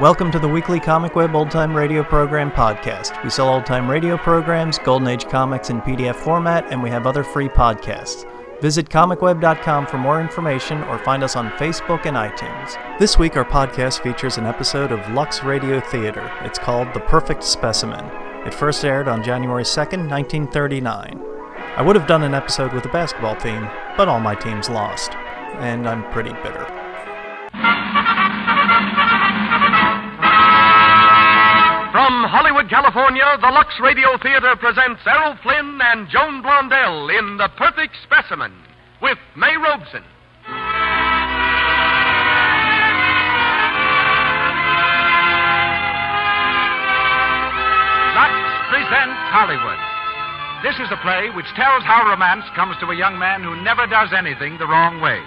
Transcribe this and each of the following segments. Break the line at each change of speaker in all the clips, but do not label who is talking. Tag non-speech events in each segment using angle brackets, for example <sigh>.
Welcome to the weekly Comic Web Old Time Radio Program podcast. We sell old time radio programs, Golden Age comics in PDF format, and we have other free podcasts. Visit comicweb.com for more information or find us on Facebook and iTunes. This week, our podcast features an episode of Lux Radio Theater. It's called The Perfect Specimen. It first aired on January 2nd, 1939. I would have done an episode with a basketball theme, but all my teams lost, and I'm pretty bitter.
From Hollywood, California, the Lux Radio Theater presents Errol Flynn and Joan Blondell in The Perfect Specimen with May Robeson. Lux presents Hollywood. This is a play which tells how romance comes to a young man who never does anything the wrong way.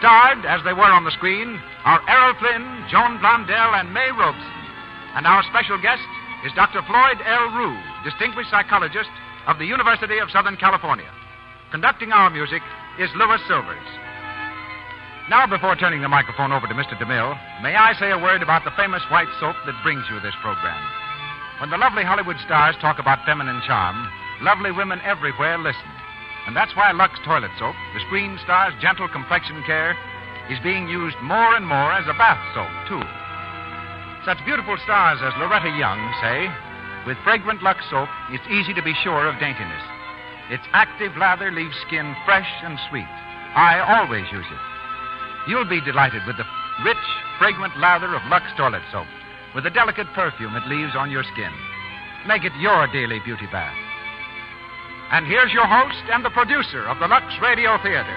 Starred, as they were on the screen, are Errol Flynn, Joan Blondell, and May Robeson. And our special guest is Dr. Floyd L. Rue, distinguished psychologist of the University of Southern California. Conducting our music is Louis Silvers. Now, before turning the microphone over to Mr. DeMille, may I say a word about the famous white soap that brings you this program? When the lovely Hollywood stars talk about feminine charm, lovely women everywhere listen. And that's why Lux Toilet Soap, the screen star's gentle complexion care, is being used more and more as a bath soap, too. Such beautiful stars as Loretta Young say, with fragrant Lux soap, it's easy to be sure of daintiness. Its active lather leaves skin fresh and sweet. I always use it. You'll be delighted with the rich, fragrant lather of Lux toilet soap, with the delicate perfume it leaves on your skin. Make it your daily beauty bath. And here's your host and the producer of the Lux Radio Theater.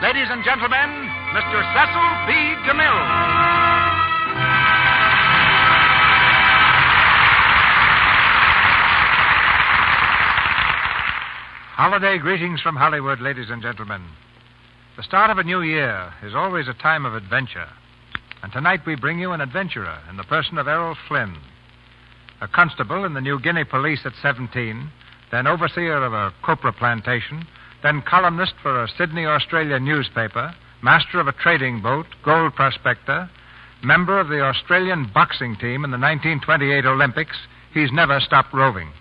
Ladies and gentlemen, Mr. Cecil B. DeMille.
Holiday greetings from Hollywood, ladies and gentlemen. The start of a new year is always a time of adventure. And tonight we bring you an adventurer in the person of Errol Flynn, a constable in the New Guinea police at 17, then overseer of a copra plantation, then columnist for a Sydney, Australia newspaper, master of a trading boat, gold prospector, member of the Australian boxing team in the 1928 Olympics. He's never stopped roving.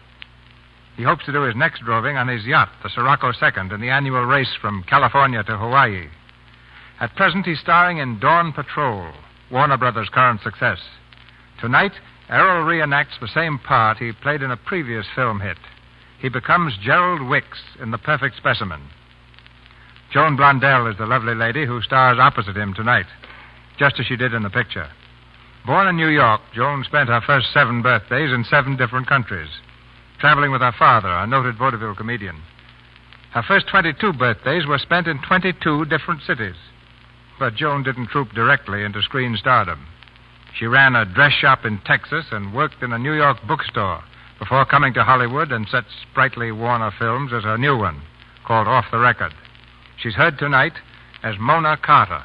He hopes to do his next roving on his yacht, the Sirocco Second, in the annual race from California to Hawaii. At present, he's starring in Dawn Patrol, Warner Brothers' current success. Tonight, Errol reenacts the same part he played in a previous film hit. He becomes Gerald Wicks in The Perfect Specimen. Joan Blondell is the lovely lady who stars opposite him tonight, just as she did in the picture. Born in New York, Joan spent her first seven birthdays in seven different countries traveling with her father, a noted vaudeville comedian. Her first 22 birthdays were spent in 22 different cities. But Joan didn't troop directly into screen stardom. She ran a dress shop in Texas and worked in a New York bookstore before coming to Hollywood and such sprightly Warner films as her new one, called Off the Record. She's heard tonight as Mona Carter.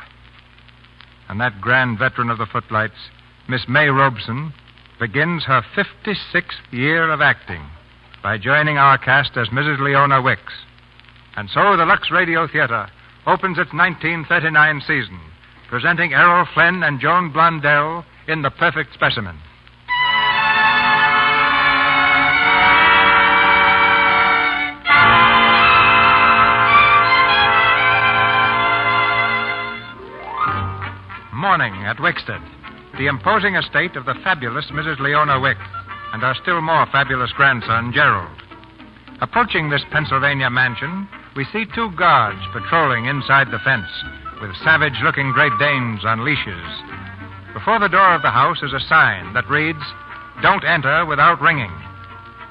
And that grand veteran of the footlights, Miss May Robeson, begins her 56th year of acting by joining our cast as Mrs. Leona Wicks. And so the Lux Radio Theater opens its 1939 season, presenting Errol Flynn and Joan Blondell in The Perfect Specimen. Morning at Wickstead, the imposing estate of the fabulous Mrs. Leona Wick and her still more fabulous grandson, Gerald. Approaching this Pennsylvania mansion, we see two guards patrolling inside the fence with savage looking Great Danes on leashes. Before the door of the house is a sign that reads, Don't enter without ringing.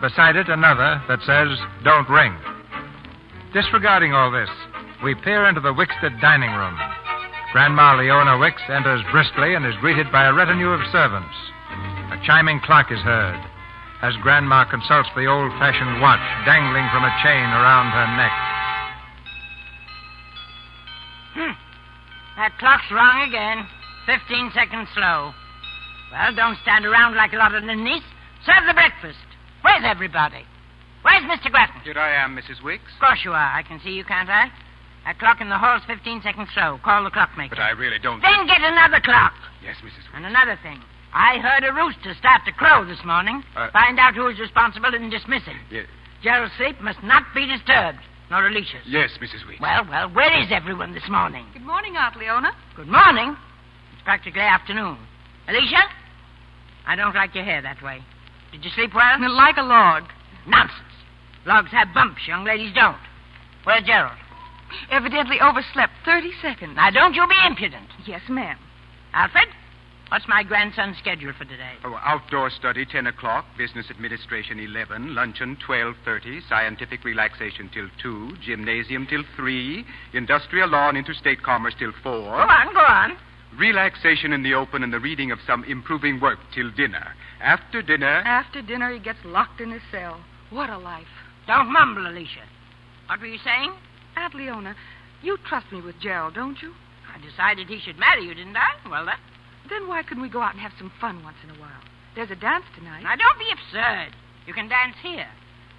Beside it, another that says, Don't ring. Disregarding all this, we peer into the Wickstead dining room. Grandma Leona Wicks enters briskly and is greeted by a retinue of servants. A chiming clock is heard as Grandma consults the old fashioned watch dangling from a chain around her neck.
That clock's wrong again. Fifteen seconds slow. Well, don't stand around like a lot of ninnies. Serve the breakfast. Where's everybody? Where's Mr. Grattan?
Here I am, Mrs. Wicks.
Of course you are. I can see you, can't I? That clock in the hall's fifteen seconds slow. Call the clockmaker.
But I really don't.
Then get another clock.
Yes, Mrs. Wicks.
And another thing. I heard a rooster start to crow this morning.
Uh,
Find out who is responsible and dismiss him.
Yes,
Gerald's sleep must not be disturbed, nor Alicia's.
yes Mrs. Weeks.
Well, well, where is everyone this morning?
Good morning, Aunt Leona.
Good morning. It's practically afternoon. Alicia? I don't like your hair that way. Did you sleep well?
Like a log.
Nonsense. Logs have bumps, young ladies don't. Where's Gerald?
Evidently overslept 30 seconds.
Now, don't you be impudent.
Yes, ma'am.
Alfred, what's my grandson's schedule for today?
Oh, outdoor study, 10 o'clock. Business administration, 11. Luncheon, 12.30. Scientific relaxation till 2. Gymnasium till 3. Industrial law and interstate commerce till 4.
Go on, go on.
Relaxation in the open and the reading of some improving work till dinner. After dinner...
After dinner, he gets locked in his cell. What a life.
Don't mumble, Alicia. What were you saying?
Aunt Leona, you trust me with Gerald, don't you?
I decided he should marry you, didn't I? Well, that.
Then why couldn't we go out and have some fun once in a while? There's a dance tonight.
Now, don't be absurd. You can dance here.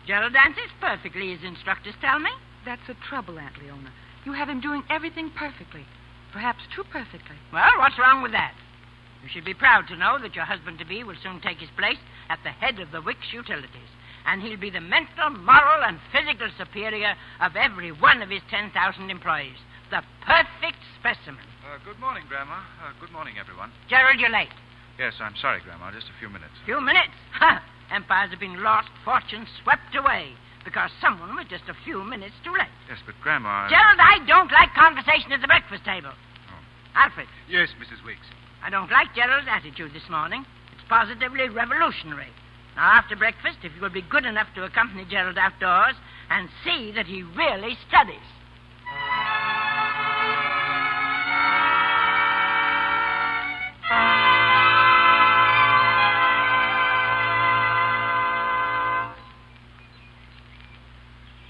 Gerald dances perfectly, his instructors tell me.
That's the trouble, Aunt Leona. You have him doing everything perfectly. Perhaps too perfectly.
Well, what's wrong with that? You should be proud to know that your husband to be will soon take his place at the head of the Wicks Utilities, and he'll be the mental, moral, and physical superior of every one of his 10,000 employees. The perfect specimen.
Uh, good morning, Grandma. Uh, good morning, everyone.
Gerald, you're late.
Yes, I'm sorry, Grandma. Just a few minutes.
Few minutes. Ha! Empires have been lost, fortunes swept away, because someone was just a few minutes too late.
Yes, but Grandma.
Gerald, I don't like conversation at the breakfast table. Alfred,
Yes, Mrs. Weeks.
I don't like Gerald's attitude this morning. It's positively revolutionary. Now, after breakfast, if you will be good enough to accompany Gerald outdoors and see that he really studies.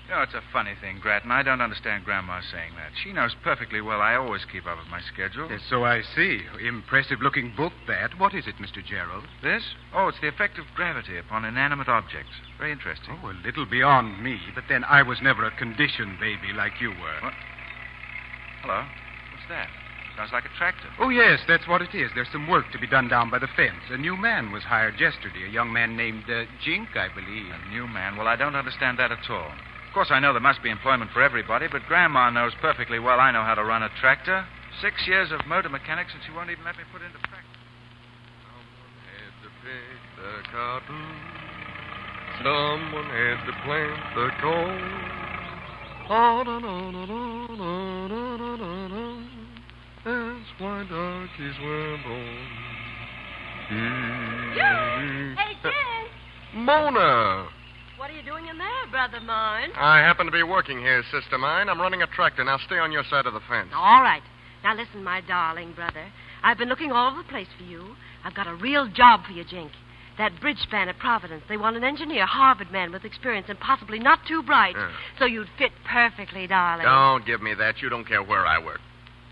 You know, it's a funny thing, Grattan. I don't understand Grandma saying that. She knows perfectly well I always keep up with my schedule.
Yes, so I see. Impressive looking book, that. What is it, Mr. Gerald?
This? Oh, it's the effect of gravity upon inanimate objects. Very interesting.
Oh, a little beyond me, but then I was never a conditioned baby like you were.
What? Hello. What's that? Sounds like a tractor.
Oh, yes, that's what it is. There's some work to be done down by the fence. A new man was hired yesterday, a young man named uh, Jink, I believe.
A new man? Well, I don't understand that at all. Of course, I know there must be employment for everybody, but Grandma knows perfectly well I know how to run a tractor. Six years of motor mechanics, and she won't even let me put into practice.
Someone had to pick the cotton. Someone had to plant the corn. Oh, da, da, da, da, da, da, da, da, da. That's why donkeys were born.
Hey, Jen,
Mona!
what are you doing in there, brother mine?
I happen to be working here, sister mine. I'm running a tractor. Now stay on your side of the fence.
All right. Now listen, my darling brother. I've been looking all over the place for you. I've got a real job for you, Jink. That bridge span at Providence. They want an engineer, Harvard man with experience, and possibly not too bright.
Yeah.
So you'd fit perfectly, darling.
Don't give me that. You don't care where I work.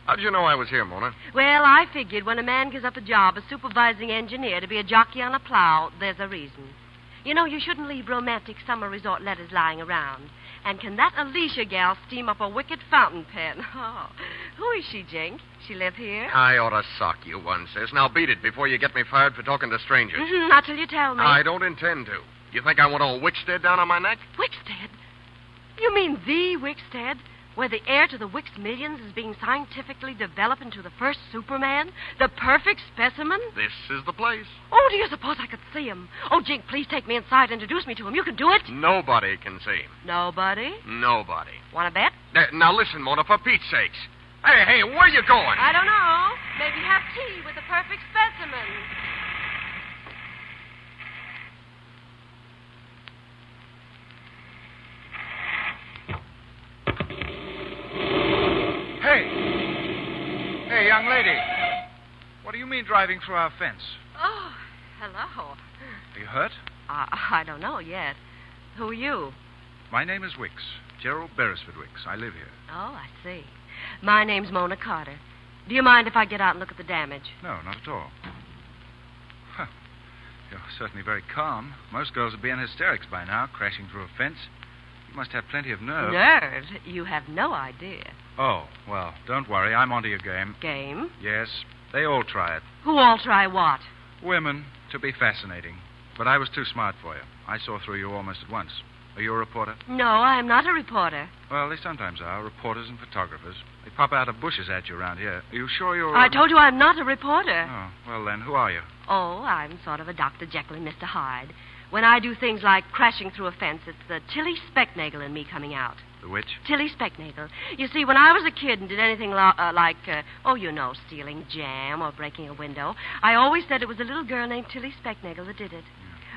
How'd you know I was here, Mona?
Well, I figured when a man gives up a job as supervising engineer to be a jockey on a plow, there's a reason. You know, you shouldn't leave romantic summer resort letters lying around. And can that Alicia gal steam up a wicked fountain pen? <laughs> Oh, who is she, Jink? She live here?
I ought to sock you one, sis. Now beat it before you get me fired for talking to strangers.
Mhm, Not till you tell me.
I don't intend to. You think I want old Wickstead down on my neck?
Wickstead? You mean the Wickstead? Where the heir to the Wicks millions is being scientifically developed into the first Superman? The perfect specimen?
This is the place.
Oh, do you suppose I could see him? Oh, Jink, please take me inside and introduce me to him. You can do it.
Nobody can see him.
Nobody?
Nobody.
Want to bet?
Uh, now listen, Mona, for Pete's sakes. Hey, hey, where you going?
I don't know. Maybe have tea with a perfect specimen.
Hey! Hey, young lady. What do you mean driving through our fence?
Oh, hello.
Are you hurt?
Uh, I don't know yet. Who are you?
My name is Wicks. Gerald Beresford Wicks. I live here.
Oh, I see. My name's Mona Carter. Do you mind if I get out and look at the damage?
No, not at all. Huh. You're <laughs> certainly very calm. Most girls would be in hysterics by now, crashing through a fence. You must have plenty of nerve.
Nerve? You have no idea.
Oh, well, don't worry. I'm onto your game.
Game?
Yes, they all try it.
Who all try what?
Women, to be fascinating. But I was too smart for you. I saw through you almost at once. Are you a reporter?
No, I am not a reporter.
Well, they sometimes are. Reporters and photographers. They pop out of bushes at you around here. Are you sure you're.
I told you I'm not a reporter.
Oh, well then, who are you?
Oh, I'm sort of a Dr. Jekyll and Mr. Hyde. When I do things like crashing through a fence, it's the Tilly Specknagel in me coming out.
The witch?
Tilly Specknagel. You see, when I was a kid and did anything lo- uh, like, uh, oh, you know, stealing jam or breaking a window, I always said it was a little girl named Tilly Specknagel that did it.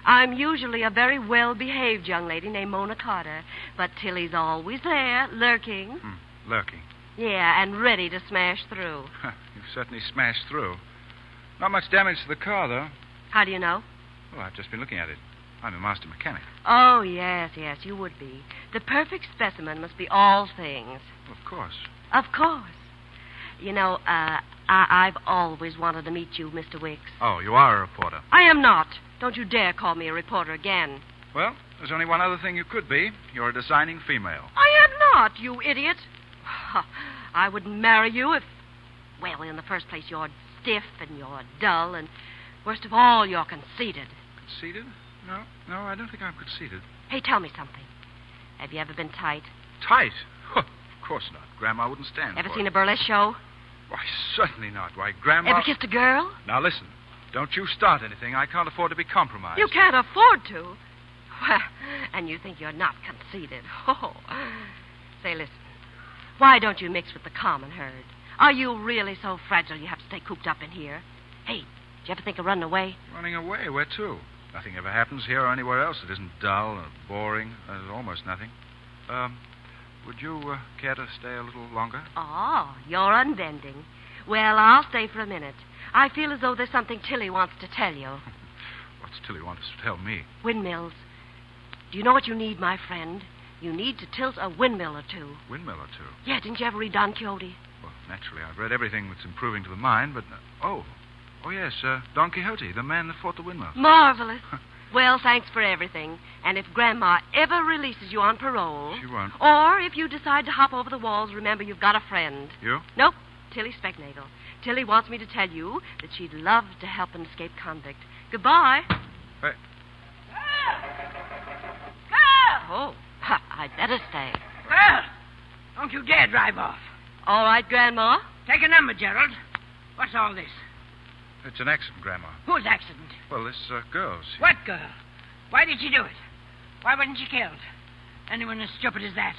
I'm usually a very well behaved young lady named Mona Carter, but Tilly's always there, lurking.
Hmm, lurking.
Yeah, and ready to smash through.
You've certainly smashed through. Not much damage to the car, though.
How do you know?
Well, I've just been looking at it. I'm a master mechanic.
Oh, yes, yes, you would be. The perfect specimen must be all things.
Of course.
Of course. You know, uh, I- I've always wanted to meet you, Mr. Wicks.
Oh, you are a reporter.
I am not. Don't you dare call me a reporter again.
Well, there's only one other thing you could be. You're a designing female.
I am not, you idiot. <sighs> I wouldn't marry you if. Well, in the first place, you're stiff and you're dull, and worst of all, you're conceited.
Conceited? No, no, I don't think I'm conceited.
Hey, tell me something. Have you ever been tight?
Tight? Huh, of course not. Grandma wouldn't stand
Ever
for
seen
it.
a burlesque show?
Why, certainly not. Why, Grandma...
Ever kissed a girl?
Now, listen. Don't you start anything. I can't afford to be compromised.
You can't afford to. Well, and you think you're not conceited. <laughs> Oh. Say, listen. Why don't you mix with the common herd? Are you really so fragile you have to stay cooped up in here? Hey, did you ever think of running away?
Running away? Where to? Nothing ever happens here or anywhere else that isn't dull or boring. There's almost nothing. Um, would you uh, care to stay a little longer?
Oh, you're unbending. Well, I'll stay for a minute. I feel as though there's something Tilly wants to tell you.
What's Tilly want to tell me?
Windmills. Do you know what you need, my friend? You need to tilt a windmill or two.
Windmill or two?
Yeah, didn't you ever read Don Quixote?
Well, naturally, I've read everything that's improving to the mind, but. oh. Oh, yes, uh, Don Quixote, the man that fought the windmill.
Marvelous. <laughs> well, thanks for everything. And if Grandma ever releases you on parole,
She won't.
or if you decide to hop over the walls, remember you've got a friend.
You?
Nope, Tilly Specknagel. Tilly wants me to tell you that she'd love to help an escaped convict. Goodbye.
Hey.
Oh, <laughs> ha, I'd better stay.
Well, don't you dare drive off.
All right, Grandma.
Take a number, Gerald. What's all this?
It's an accident, Grandma.
Whose accident?
Well, this uh, girl's.
What girl? Why did she do it? Why wasn't she killed? Anyone as stupid as that.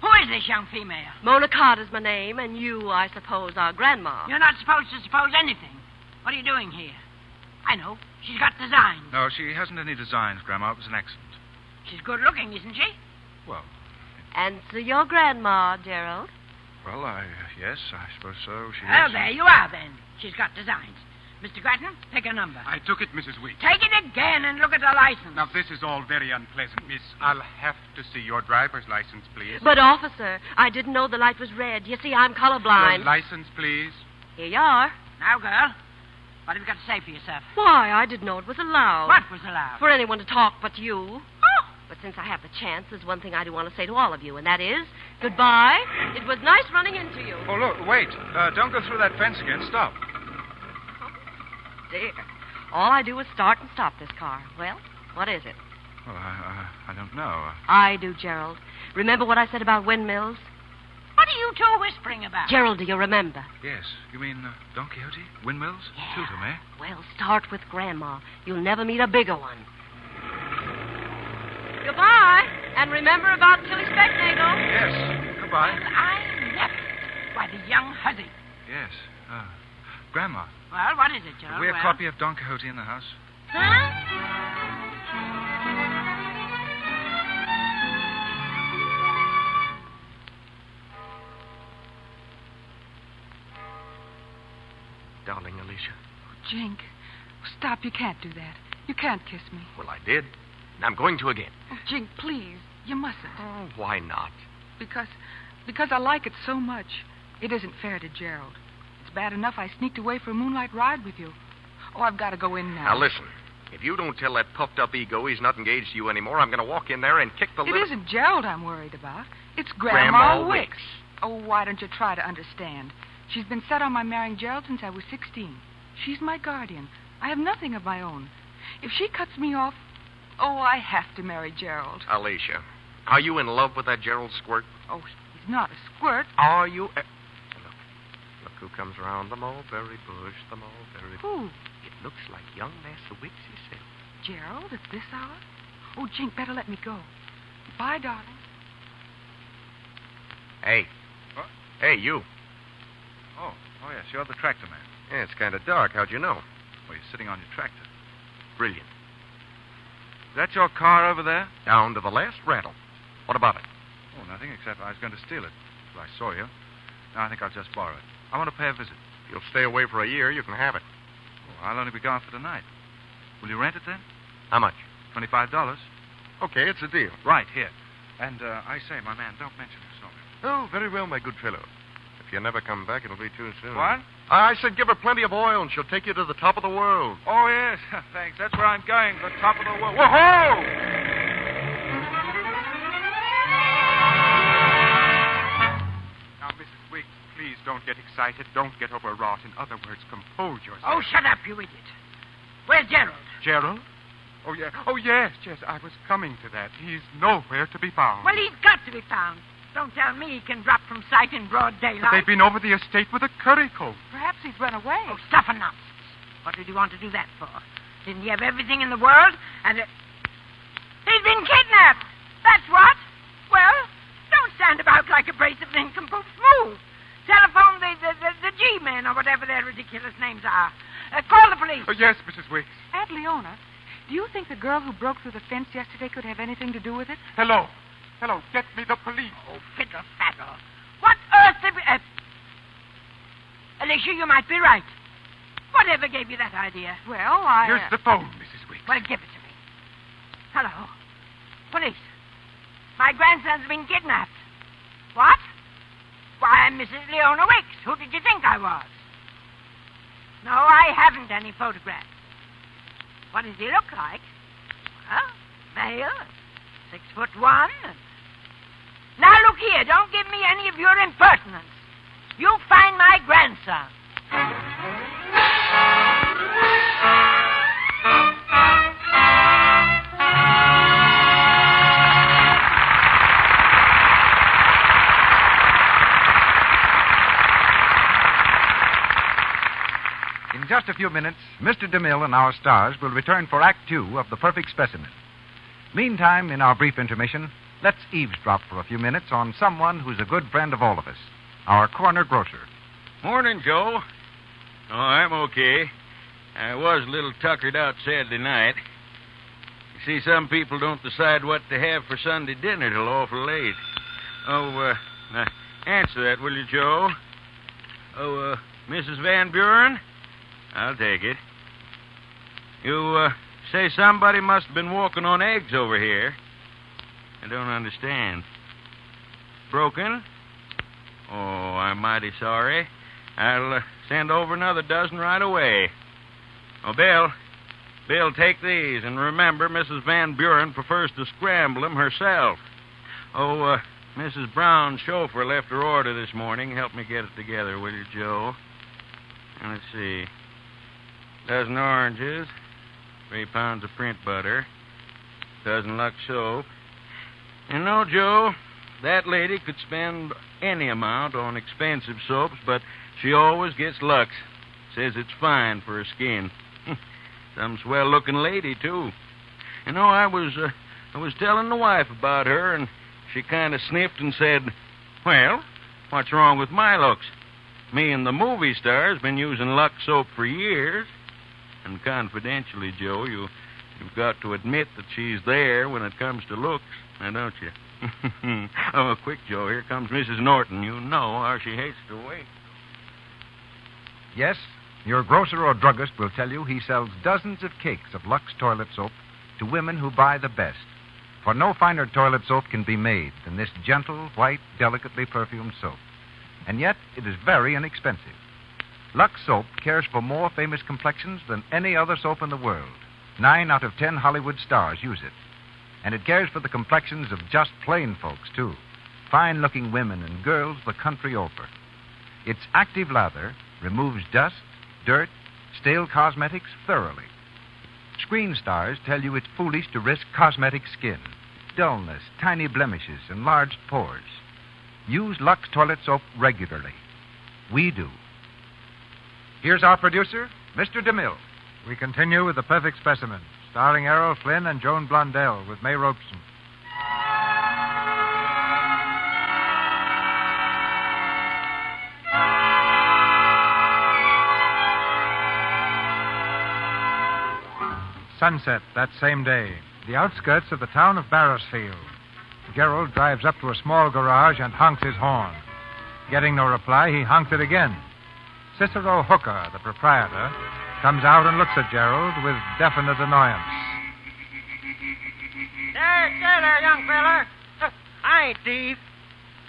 Who is this young female?
Mona Carter's my name, and you, I suppose, are Grandma.
You're not supposed to suppose anything. What are you doing here? I know. She's got design.
No, she hasn't any designs, Grandma. It was an accident.
She's good looking, isn't she?
Well,
And so you're Grandma, Gerald.
well, I. uh, yes, I suppose so. She
Well,
is.
Oh, there you are, then. She's got designs. Mr. Grattan, pick a number.
I took it, Mrs. Weeks.
Take it again and look at the license.
Now, this is all very unpleasant, miss. I'll have to see your driver's license, please.
But, officer, I didn't know the light was red. You see, I'm
Your
colorblind.
license, please.
Here you are.
Now, girl, what have you got to say for yourself?
Why, I didn't know it was allowed.
What was allowed?
For anyone to talk but you.
Oh,
But since I have the chance, there's one thing I do want to say to all of you, and that is goodbye. It was nice running into you.
Oh, look, wait. Uh, don't go through that fence again. Stop.
Dear. All I do is start and stop this car. Well, what is it?
Well, I, I, I don't know.
I do, Gerald. Remember what I said about windmills?
what are you two whispering about?
Gerald, do you remember?
Yes, you mean uh, Don Quixote? Windmills?
Yeah.
Two of them, eh?
Well, start with Grandma. You'll never meet a bigger one. Goodbye, and remember about Tilly Specknagel.
Yes.
Well,
Goodbye.
I never. Why, the young hussy.
Yes. Uh, Grandma,
Well, what is it, Gerald?
have we a
Well-
copy of Don Quixote in the house?
Huh?
Darling Alicia.
Oh, Jink, stop. You can't do that. You can't kiss me.
Well, I did. And I'm going to again.
Oh, Jink, please. You mustn't.
Oh, why not?
Because, because I like it so much. It isn't fair to Gerald. It's bad enough I sneaked away for a moonlight ride with you. Oh, I've got to go in now.
Now, listen. If you don't tell that puffed up ego he's not engaged to you anymore, I'm going to walk in there and kick the
It
lid-
isn't Gerald I'm worried about. It's Grandma,
Grandma
Wicks.
Wicks.
Oh, why don't you try to understand? She's been set on my marrying Gerald since I was 16. She's my guardian. I have nothing of my own. If she cuts me off, oh, I have to marry Gerald.
Alicia, are you in love with that Gerald Squirt?
Oh, he's not a squirt.
Are you? A- look, look who comes round the mulberry bush, the mulberry.
Who?
It looks like young Master Wicks himself.
Gerald, at this hour? Oh, Jink, better let me go. Bye, darling.
Hey.
What?
Hey, you.
Oh, oh yes, you're the tractor man.
Yeah, it's kind of dark. How'd you know?
Well, you're sitting on your tractor.
Brilliant.
Is that your car over there?
Down to the last rattle. What about it?
Oh, nothing except I was going to steal it. Well, I saw you. Now I think I'll just borrow it. I want to pay a visit.
If you'll stay away for a year, you can have it.
Oh, I'll only be gone for tonight. Will you rent it then?
How much?
Twenty-five dollars.
Okay, it's a deal.
Right here. And uh, I say, my man, don't mention you saw me.
Oh, very well, my good fellow. If you never come back, it'll be too soon.
What?
I said give her plenty of oil and she'll take you to the top of the world.
Oh yes, <laughs> thanks. That's where I'm going. The top of the world. Whoa!
Now, Mrs. Wiggs, please don't get excited. Don't get overwrought. In other words, compose yourself.
Oh, shut up, you idiot. Where's Gerald?
Gerald? Oh, yeah. Oh, yes, yes. I was coming to that. He's nowhere to be found.
Well, he's got to be found. Don't tell me he can drop from sight in broad
But
daylight.
they've been over the estate with a curry coat.
Perhaps he's run away.
Oh, stuff and nonsense. What did you want to do that for? Didn't he have everything in the world? And it... he's been
<laughs>
kidnapped. That's what. Well, don't stand about like a brace of nincompoops. Move. Telephone the the, the, the G-men or whatever their ridiculous names are. Uh, call the police.
Oh, yes, Mrs. Wiggs.
Aunt Leona, do you think the girl who broke through the fence yesterday could have anything to do with it?
Hello. Hello. Get me the police.
Oh, fiddle faddle. What earth did we... Uh, Alicia, you might be right. Whatever gave you that idea?
Well, I. uh,
Here's the phone, Mrs. Wiggs.
Well, give it to me. Hello. Police. My grandson's been kidnapped. What? Why, I'm Mrs. Leona Wicks. Who did you think I was? No, I haven't any photographs. What does he look like? Well, male, six foot one. Now look here, don't give me any of your impertinence. You find my grandson.
In just a few minutes, Mr. DeMille and our stars will return for Act Two of The Perfect Specimen. Meantime, in our brief intermission, let's eavesdrop for a few minutes on someone who's a good friend of all of us our corner grocer.
Morning, Joe. Oh, I'm okay. I was a little tuckered out Saturday night. You see, some people don't decide what to have for Sunday dinner till awful late. Oh, uh, now, answer that, will you, Joe? Oh, uh, Mrs. Van Buren? I'll take it. You, uh, say somebody must have been walking on eggs over here. I don't understand. Broken? Oh, I'm mighty sorry. I'll uh, send over another dozen right away. Oh, Bill. Bill, take these. And remember, Mrs. Van Buren prefers to scramble them herself. Oh, uh, Mrs. Brown's chauffeur left her order this morning. Help me get it together, will you, Joe? And Let's see. Dozen oranges, three pounds of print butter, dozen Lux soap. You know, Joe, that lady could spend any amount on expensive soaps, but she always gets Lux. Says it's fine for her skin. <laughs> Some swell looking lady, too. You know, I was uh, I was telling the wife about her, and she kind of sniffed and said, Well, what's wrong with my looks? Me and the movie star's been using Lux soap for years. And confidentially, Joe, you you've got to admit that she's there when it comes to looks, now don't you? oh, quick, Joe. Here comes Mrs. Norton. You know how she hates to wait.
Yes, your grocer or druggist will tell you he sells dozens of cakes of Lux toilet soap to women who buy the best. For no finer toilet soap can be made than this gentle, white, delicately perfumed soap. And yet, it is very inexpensive. Lux soap cares for more famous complexions than any other soap in the world. Nine out of ten Hollywood stars use it. And it cares for the complexions of just plain folks, too. Fine looking women and girls the country over. Its active lather removes dust, dirt, stale cosmetics thoroughly. Screen stars tell you it's foolish to risk cosmetic skin, dullness, tiny blemishes, enlarged pores. Use Lux toilet soap regularly. We do. Here's our producer, Mr. DeMille.
We continue with The Perfect Specimen, starring Errol Flynn and Joan Blondell with May Robeson.
<laughs>
Sunset that same day, the outskirts of the town of Barrisfield. Gerald drives up to a small garage and honks his horn. Getting no reply, he honks it again. Cicero Hooker, the proprietor, comes out and looks at Gerald with definite annoyance.
Hey, stay there, young feller. <laughs> Uh, I ain't thief.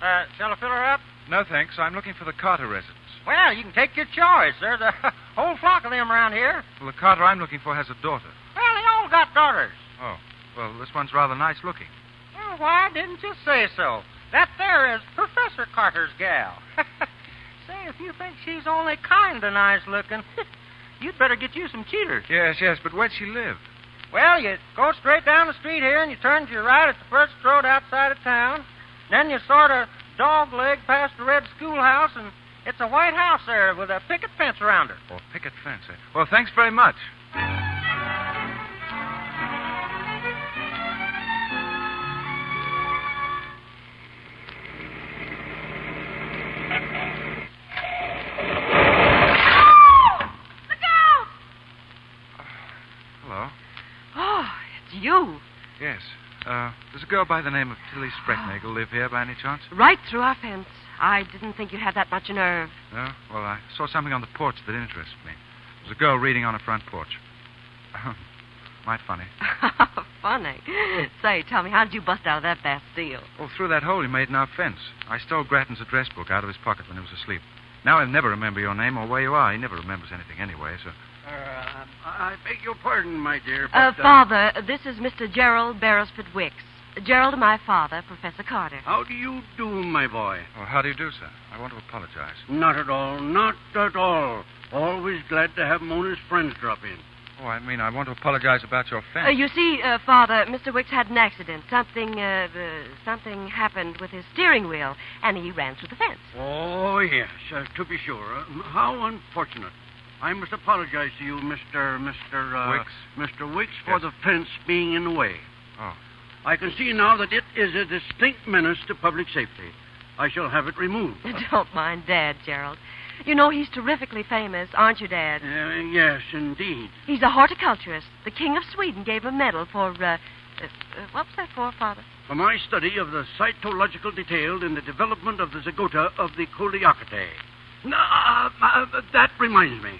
Uh, shall I fill her up?
No, thanks. I'm looking for the Carter residence.
Well, you can take your choice. There's a <laughs> whole flock of them around here.
Well, the Carter I'm looking for has a daughter.
Well, they all got daughters.
Oh, well, this one's rather nice looking.
Well, why didn't you say so? That there is Professor Carter's gal. <laughs> say, if you think she's only kind of nice looking, <laughs> you'd better get you some cheaters.
Yes, yes, but where'd she live?
Well, you go straight down the street here and you turn to your right at the first road outside of town. Then you sort of dog leg past the red schoolhouse, and it's a white house there with a picket fence around it.
Or picket fence. eh? Well, thanks very much.
Look out!
Hello.
Oh, it's you.
Yes. Uh, there's a girl by the name of Tilly Sprecknagel live here by any chance?
Right through our fence. I didn't think you had that much nerve. <laughs>
No? Well, I saw something on the porch that interested me. There's a girl reading on a front porch. <laughs> Might funny.
Oh, Funny. Say, tell me, how did you bust out of that Bastille?
Oh, through that hole you made in our fence. I stole Grattan's address book out of his pocket when he was asleep. Now he'll never remember your name or where you are. He never remembers anything anyway, so.
Uh, I beg your pardon, my dear.
Uh,
but,
father, this is Mr. Gerald Beresford Wicks. Gerald, my father, Professor Carter.
How do you do, my boy?
Oh, how do you do, sir? I want to apologize.
Not at all, not at all. Always glad to have Mona's friends drop in.
Oh, I mean, I want to apologize about your fence.
Uh, you see, uh, Father, Mr. Wicks had an accident. Something, uh, uh, something happened with his steering wheel, and he ran through the fence. <laughs>
Oh, yes, uh, to be sure. Uh, how unfortunate. I must apologize to you, Mr. Mr. Uh,
Wicks.
Mr. Wicks, for the fence being in the way.
Oh.
I can see now that it is a distinct menace to public safety. I shall have it removed.
Don't mind Dad, Gerald. You know he's terrifically famous, aren't you, Dad?
Uh, yes, indeed.
He's a horticulturist. The King of Sweden gave him a medal for. Uh, uh, uh, what was that for, Father?
For my study of the cytological detail in the development of the zygota of the Coleocatae. No, uh, uh, that reminds me.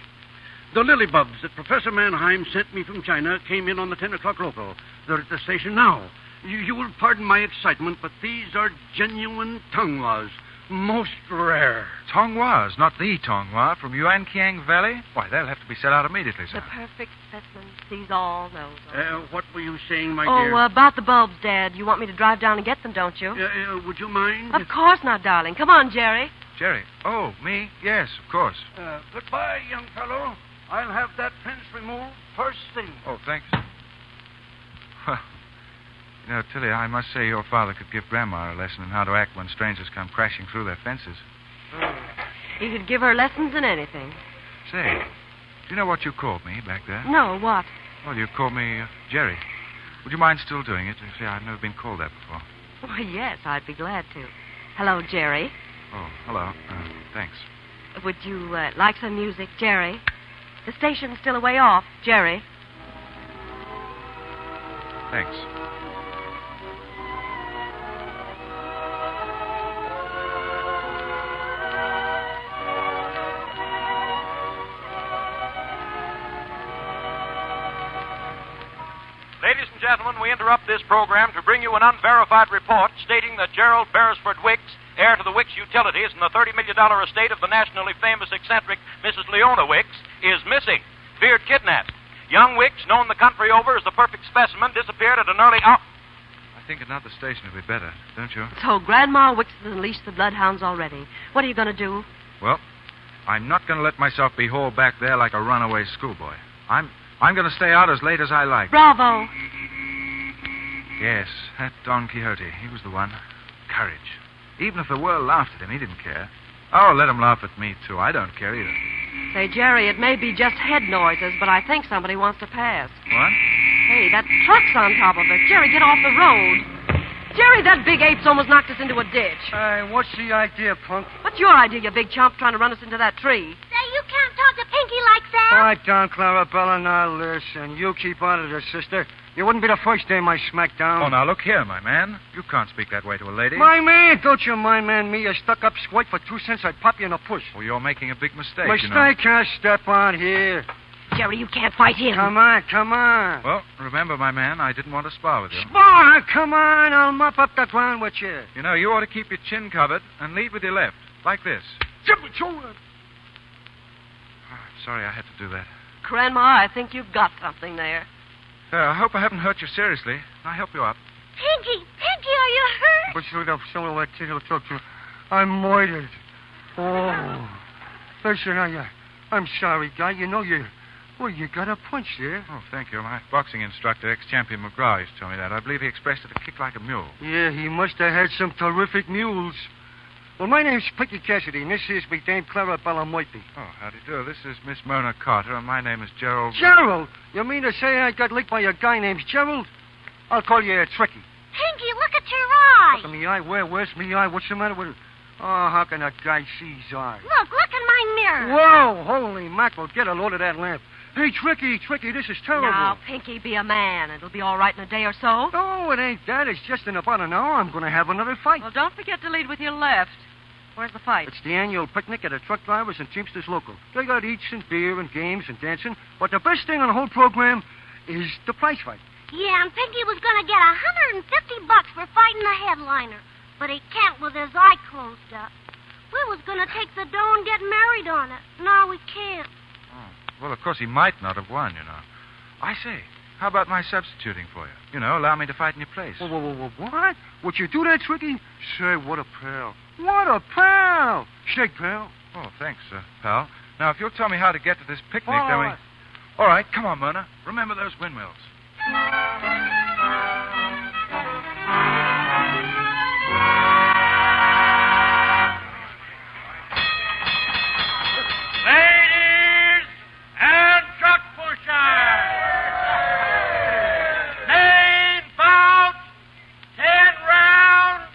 The lily bulbs that Professor Mannheim sent me from China came in on the 10 o'clock local. They're at the station now. You, you will pardon my excitement, but these are genuine tongwas. Most rare.
Tongwas, not the Tonghua, from Yuan Kiang Valley? Why, they'll have to be set out immediately,
The
sir.
perfect specimen sees all, knows all.
Uh, what were you saying, my
oh,
dear?
uh, about the bulbs, Dad. You want me to drive down and get them, don't you?
Uh, uh, would you mind?
Of course not, darling. Come on, Jerry.
Jerry. Oh, me? Yes, of course.
Uh, goodbye, young fellow. I'll have that fence removed first thing.
Oh, thanks. Well, you know, Tilly, I must say your father could give Grandma a lesson in how to act when strangers come crashing through their fences.
Oh.
You could give her lessons in anything.
Say, do you know what you called me back there?
No, what?
Well, you called me uh, Jerry. Would you mind still doing it? You see, I've never been called that before.
Why, yes, I'd be glad to. Hello, Jerry.
Oh, hello. Uh, thanks.
Would you uh, like some music, Jerry? The station's still a way off, Jerry.
Thanks.
Ladies and gentlemen, we interrupt this program to bring you an unverified report stating that Gerald Beresford Wicks, heir to the Wicks Utilities and the $30 million estate of the nationally famous eccentric Mrs. Leona Wicks, is missing, feared kidnapped. Young Wicks, known the country over as the perfect specimen, disappeared at an early hour.
I think another station would be better, don't you?
So Grandma Wicks has unleashed the bloodhounds already. What are you going to do?
Well, I'm not going to let myself be hauled back there like a runaway schoolboy. I'm I'm going to stay out as late as I like.
Bravo.
Yes, that Don Quixote. He was the one. Courage. Even if the world laughed at him, he didn't care. Oh, let him laugh at me, too. I don't care either.
Say, Jerry, it may be just head noises, but I think somebody wants to pass.
What?
Hey, that truck's on top of us. Jerry, get off the road. Jerry, that big ape's almost knocked us into a ditch.
Hey, what's the idea, punk?
What's your idea, you big chump, trying to run us into that tree?
Say, you can't talk to Pinky like that.
All right, Don Clarabella, now listen. You keep out of this, sister. You wouldn't be the first dame I smacked down.
Oh, now look here, my man. You can't speak that way to a lady.
My man, don't you mind, man, me. You stuck up squirt for two cents, I'd pop you in a push.
Well, you're making a big mistake.
Mistake,
You know.
I step on here.
Jerry, you can't fight him.
Come on, come on.
Well, remember, my man, I didn't want to spar with you.
Boy, come on, I'll mop up that ground with you.
You know, you ought to keep your chin covered and lead with your left, like this. Sorry, I had to do that.
Grandma, I think you've got something there.
Uh, I hope I haven't hurt you seriously. Can I help you up?
Pinky, Pinky, are you hurt?
But you don't show what you talk to. I'm moited. Oh. Listen, I, uh, I'm sorry, guy. You know you. Well, you got a punch there.
Oh, thank you. My boxing instructor, ex-champion McGraw, used to tell me that. I believe he expressed it a kick like a mule.
Yeah, he must have had some terrific mules. Well, my name's Pinky Cassidy, and this is my dame Clara Balamoiti.
Oh, how do you do? This is Miss Mona Carter, and my name is Gerald.
Gerald! You mean to say I got licked by a guy named Gerald? I'll call you a tricky.
Pinky, look at your eye.
Look at me eye. Where? Where's me eye? What's the matter with it? Oh, how can a guy see his eye?
Look, look in my mirror.
Whoa, holy mackerel. Get a load of that lamp. Hey, Tricky, Tricky, this is terrible.
Now, Pinky, be a man. It'll be all right in a day or so.
No, Oh, it ain't that. It's just in about an hour I'm going to have another fight.
Well, don't forget to lead with your left. Where's the fight?
It's the annual picnic at the truck drivers and Teamsters local. They got eats and beer and games and dancing, but the best thing on the whole program is the prize fight.
Yeah, and Pinky was going to get a 150 bucks for fighting the headliner. But he can't with his eye closed up. We was going to take the dough and get married on it. No, we can't.
Well, of course, he might not have won, you know. I say, how about my substituting for you? You know, Oh, allow me to fight in your place.
Whoa, whoa, whoa, whoa, what? Would you do that, Tricky? Say, what a pal. What a pal. Shake, pal.
Oh, thanks, uh, pal. Now, if you'll tell me how to get to this picnic, then we...
All right.
All right, come on, Myrna. Remember those windmills.
Ladies and truck pushers. Nine bouts, ten rounds,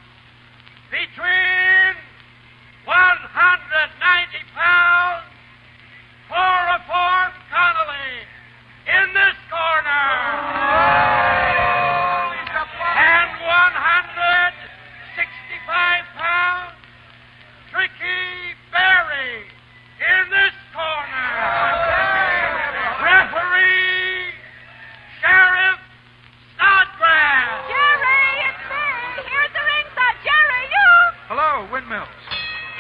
between 190 pounds, for reform Connolly in this corner. And 165 pounds, Tricky Berry in this corner. Referee, Sheriff Snodgrass.
Jerry, it's me. Here's the ringside. Jerry, you.
Hello, windmills.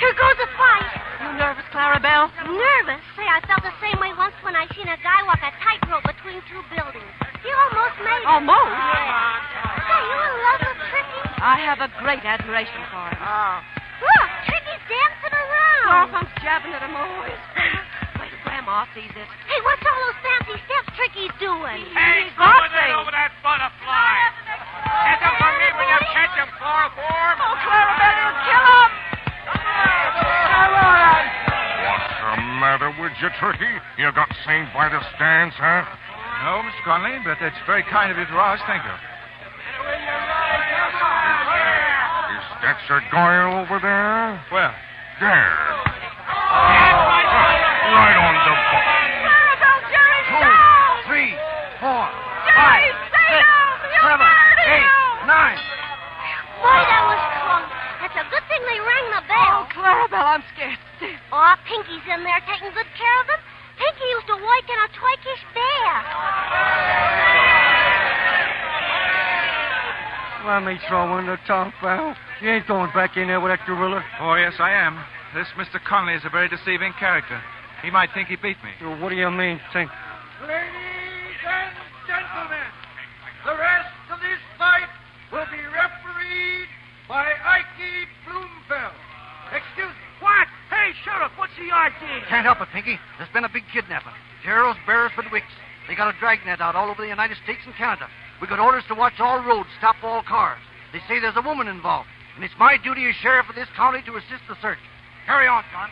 Here goes a fight.
You nervous, Clarabelle?
Nervous. Say, I felt the same way once when I seen a guy walk a tightrope between two buildings. He almost made it.
Almost?
Yeah. Say, you in love with Tricky?
I have a great admiration for him. Oh.
Look, Tricky's dancing
Off,
around.
I'm jabbing at him always. Wait till Grandma sees this.
Hey, what's all those fancy steps Tricky's doing?
Hey,
He's
go over
boxing.
there over that butterfly. Catch him for me when you catch him, chloroform.
Oh, Clarabelle, you'll kill him.
What's the matter with you, Turkey? You got saved by the stands, huh?
No, Mr. Conley, but it's very kind of you to ask. Thank you.
Is that your guile over there?
Well,
There. Right on the butt.
Clarabelle, Jerry's down.
Three, four,
Jerry, stay down. You'll
seven,
murder
eight,
you.
nine.
Boy, that was close. That's a good thing they rang the bell.
Oh, Clarabelle, I'm scared stiff.
Aw, Pinky's in there taking good care of him. Pinky used to work in a Twinkish bear.
Let me throw in the top, pal. You ain't going back in there with that gorilla.
Oh, yes, I am. This Mr. Conley is a very deceiving character. He might think he beat me.
Well, What do you mean, think?
Ladies and gentlemen, the rest of this fight will be refereed by Ike Bloomfeld. Excuse me. What? Hey,
Say, Sheriff, what's the idea?
Can't help it, Pinky. There's been a big kidnapping. Gerald's Beresford Wicks. They got a dragnet out all over the United States and Canada. We got orders to watch all roads, stop all cars. They say there's a woman involved, and it's my duty as sheriff of this county to assist the search. Carry on, John.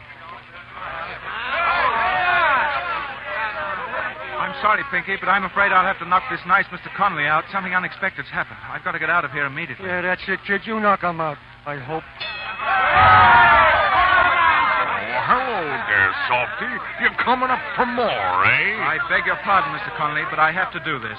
I'm sorry, Pinky, but I'm afraid I'll have to knock this nice Mr. Connolly out. Something unexpected's happened. I've got to get out of here immediately.
Yeah, that's it, kid. You knock 'em out, I hope.
Oh, hello there, Softy. You're coming up for more, eh?
I beg your pardon, Mr. Connolly, but I have to do this.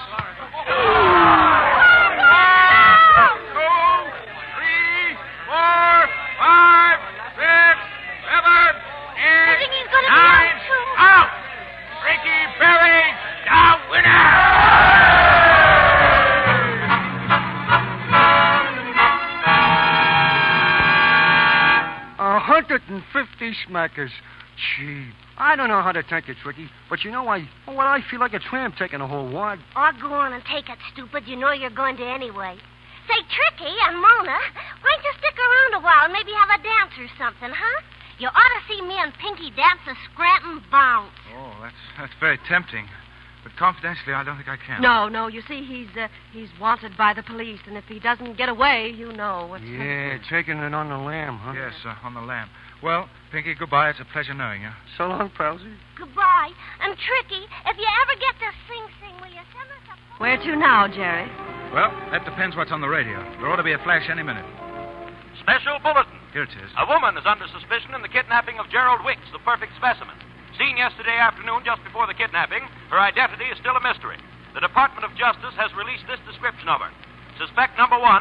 A hundred and fifty smackers. Gee, I don't know how to take it, Ricky, but you know, I well, I feel like a tramp taking a whole wad.
I'll go on and take it, stupid. You know you're going to anyway. Say, Tricky and Mona, why don't you stick around a while and maybe have a dance or something, huh? You ought to see me and Pinky dance the Scranton bounce.
Oh, that's, that's very tempting. But confidentially, I don't think I can.
No, no. You see, he's uh, he's wanted by the police, and if he doesn't get away, you know what's
Yeah, taking it on the lamb, huh?
Yes, uh, on the lamb. Well, Pinky, goodbye. It's a pleasure knowing you.
So long, Palsy.
Goodbye. And Tricky, if you ever get to Sing Sing, will you send us a...
Where to now, Jerry?
Well, that depends what's on the radio. There ought to be a flash any minute.
Special bulletin.
Here it is.
A woman is under suspicion in the kidnapping of Gerald Wicks, the perfect specimen. Seen yesterday afternoon just before the kidnapping, her identity is still a mystery. The Department of Justice has released this description of her. Suspect number one,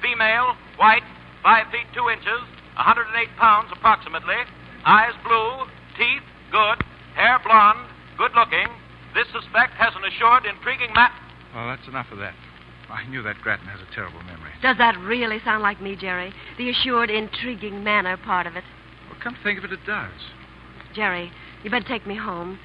female, white, 5 feet 2 inches, 108 pounds approximately, eyes blue, teeth good, hair blonde, good looking. This suspect has an assured, intriguing map.
Well, that's enough of that. I knew that Grattan has a terrible memory.
Does that really sound like me, Jerry? The assured, intriguing manner part of it.
Well, come to think of it, it does.
Jerry, you better take me home.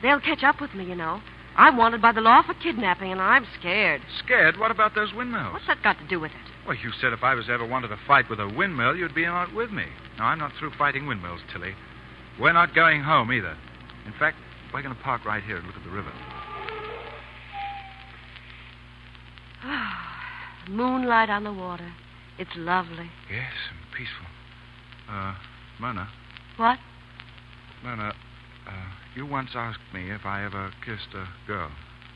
They'll catch up with me, you know. I'm wanted by the law for kidnapping, and I'm scared.
Scared? What about those windmills?
What's that got to do with it? <sighs>
Well, you said if I was ever wanted to fight with a windmill, you'd be out with me. Now, I'm not through fighting windmills, Tilly. We're not going home either. In fact, we're going to park right here and look at the river.
Moonlight on the water. It's lovely.
Yes, and peaceful. Uh, Mona,
What?
Mona, uh, you once asked me if I ever kissed a girl.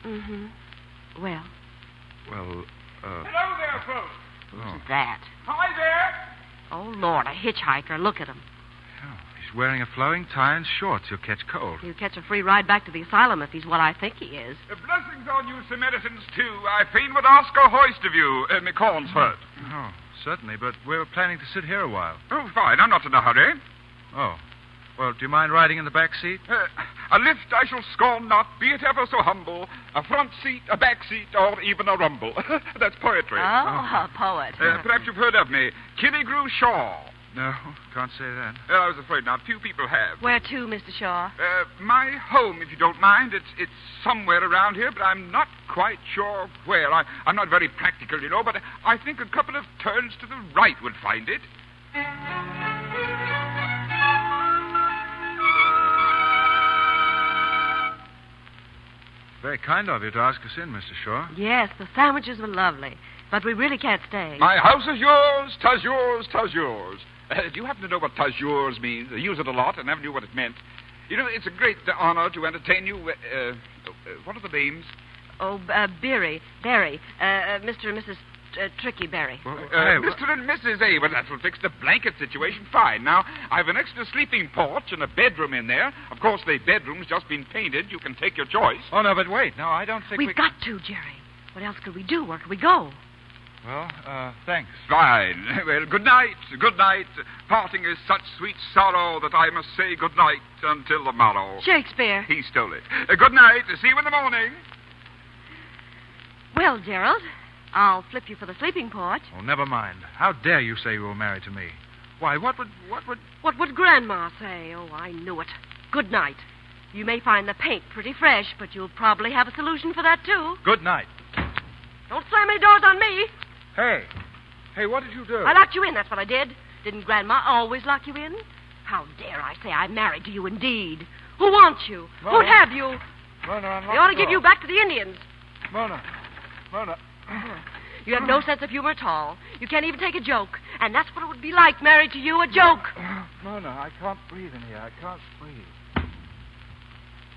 Mm-hmm. Well,
Well, uh.
Hello there, folks.
Oh,
that.
Hi there.
Oh, Lord, a hitchhiker. Look at him.
he's wearing a flowing tie and shorts. You'll catch cold.
He'll catch a free ride back to the asylum if he's what I think he is.
Uh, blessings on you, Samaritans, too. I fain would ask a hoist of you, uh, me corn's hurt.
Oh, certainly, but we were planning to sit here a while.
Oh, fine. I'm not in a hurry.
Oh. Well, do you mind riding in the back seat?
Uh, a lift I shall scorn not, be it ever so humble. A front seat, a back seat, or even a rumble. <laughs> That's poetry.
Oh, a poet.
Uh, perhaps you've heard of me. Killigrew Shaw.
No, can't say that.
Uh, I was afraid not. Few people have.
Where to, Mr. Shaw?
Uh, my home, if you don't mind. It's it's somewhere around here, but I'm not quite sure where. I, I'm not very practical, you know, but I think a couple of turns to the right would find it.
Very kind of you to ask us in, Mr. Shaw.
Yes, the sandwiches were lovely, but we really can't stay.
My house is yours, tas yours, tas yours. Uh, do you happen to know what tas yours means? I use it a lot and never knew what it meant. You know, it's a great honor to entertain you. Uh, uh, what are the names?
Oh, uh, Berry, Berry, uh, uh, Mr. and Mrs. T- uh, Tricky Berry.
Uh, Mr. and Mrs. A. Well, that will fix the blanket situation fine. Now, I've an extra sleeping porch and a bedroom in there. Of course, the bedroom's just been painted. You can take your choice.
Oh, no, but wait. No, I don't think
We've got to, Jerry. What else could we do? Where could we go?
Well, uh, thanks.
Fine. <laughs> Well, good night. Good night. Parting is such sweet sorrow that I must say good night until the morrow.
Shakespeare.
He stole it. Uh, good night. See you in the morning.
Well, Gerald, I'll flip you for the sleeping porch.
Oh, never mind. How dare you say you were married to me? Why, what would. What would.
What would Grandma say? Oh, I knew it. Good night. You may find the paint pretty fresh, but you'll probably have a solution for that, too.
Good night.
Don't slam any doors on me.
Hey. Hey, what did you do?
Oh.
I locked you in, that's what I did. Didn't Grandma always lock you in? How dare I say I'm married to you, indeed? Who wants you?
Well-
Who'd have you?
Mona, unlock
They ought to
the
give
door.
you back to the Indians.
Mona. Mona.
<clears throat> You have no sense of humor at all. You can't even take a joke. And that's what it would be like married to you, a joke.
Mona, I can't breathe in here. I can't breathe.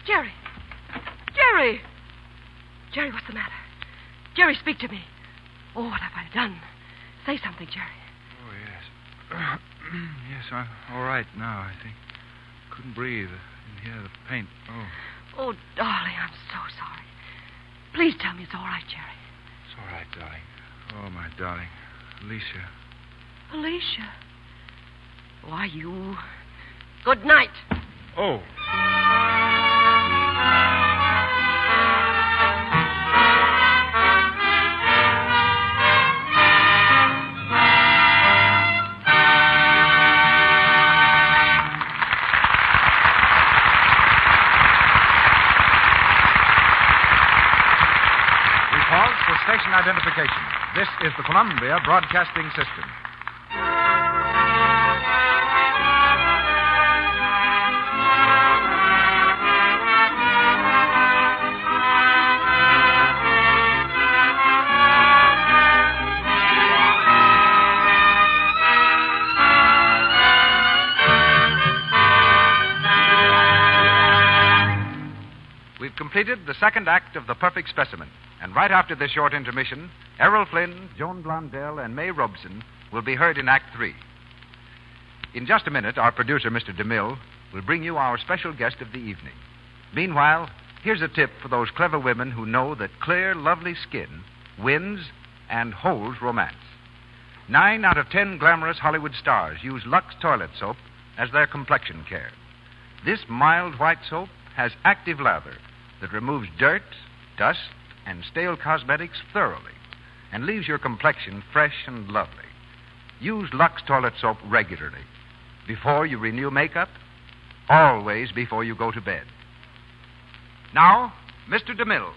Jerry. Jerry. Jerry, what's the matter? Jerry, speak to me. Oh, what have I done? Say something, Jerry.
Oh, yes. <clears throat> yes, I'm all right now, I think. Couldn't breathe in here, the paint. Oh,
Oh, darling, I'm so sorry. Please tell me it's all right, Jerry.
it's all right, darling. Oh, my darling. Alicia.
Alicia. Why, you. Good night.
Oh.
We pause for station identification. This is the Columbia Broadcasting System.
We've completed the second act of The Perfect Specimen, and right after this short intermission, Errol Flynn, Joan Blondell, and May Robson will be heard in Act Three. In just a minute, our producer, Mr. DeMille, will bring you our special guest of the evening. Meanwhile, here's a tip for those clever women who know that clear, lovely skin wins and holds romance. Nine out of ten glamorous Hollywood stars use Lux toilet soap as their complexion care. This mild white soap has active lather that removes dirt, dust, and stale cosmetics thoroughly and leaves your complexion fresh and lovely. Use Lux toilet soap regularly before you renew makeup, always before you go to bed. Now, Mr. DeMille.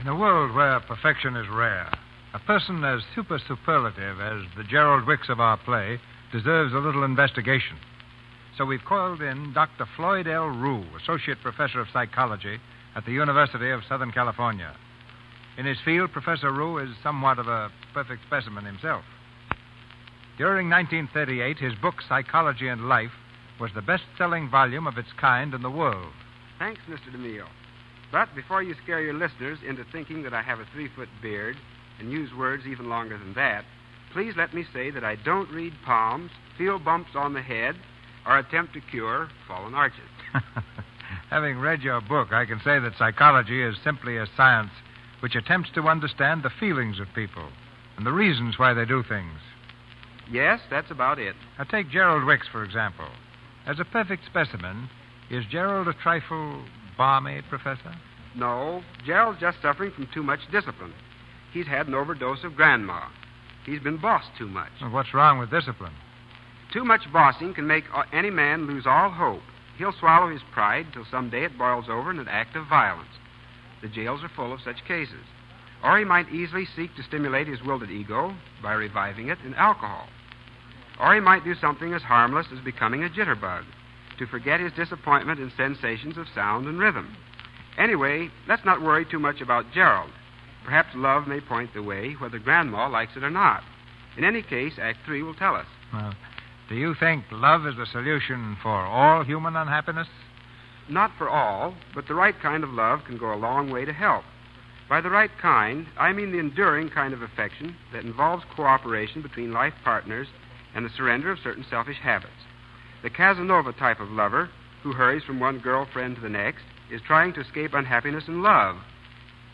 In a world where perfection is rare, a person as super superlative as the Gerald Wicks of our play deserves a little investigation. So we've coiled in Dr. Floyd L. Rue, Associate Professor of Psychology at the University of Southern California. In his field, Professor Rue is somewhat of a perfect specimen himself. During 1938, his book, Psychology and Life, was the best selling volume of its kind in the world.
Thanks, Mr. DeMille. But before you scare your listeners into thinking that I have a three foot beard and use words even longer than that, please let me say that I don't read palms, feel bumps on the head, or attempt to cure fallen arches.
Having read your book, I can say that psychology is simply a science which attempts to understand the feelings of people and the reasons why they do things.
Yes, that's about it.
Now, take Gerald Wicks, for example. As a perfect specimen, is Gerald a trifle balmy, Professor?
No, Gerald's just suffering from too much discipline. He's had an overdose of grandma. He's been bossed too much.
Well, What's wrong with discipline?
Too much bossing can make uh, any man lose all hope. He'll swallow his pride till someday it boils over in an act of violence. The jails are full of such cases. Or he might easily seek to stimulate his wilted ego by reviving it in alcohol. Or he might do something as harmless as becoming a jitterbug to forget his disappointment in sensations of sound and rhythm. Anyway, let's not worry too much about Gerald. Perhaps love may point the way, whether Grandma likes it or not. In any case, Act Three will tell us.
Well, do you think love is the solution for all human unhappiness?
Not for all, but the right kind of love can go a long way to help. By the right kind, I mean the enduring kind of affection that involves cooperation between life partners and the surrender of certain selfish habits. The Casanova type of lover, who hurries from one girlfriend to the next, is trying to escape unhappiness in love,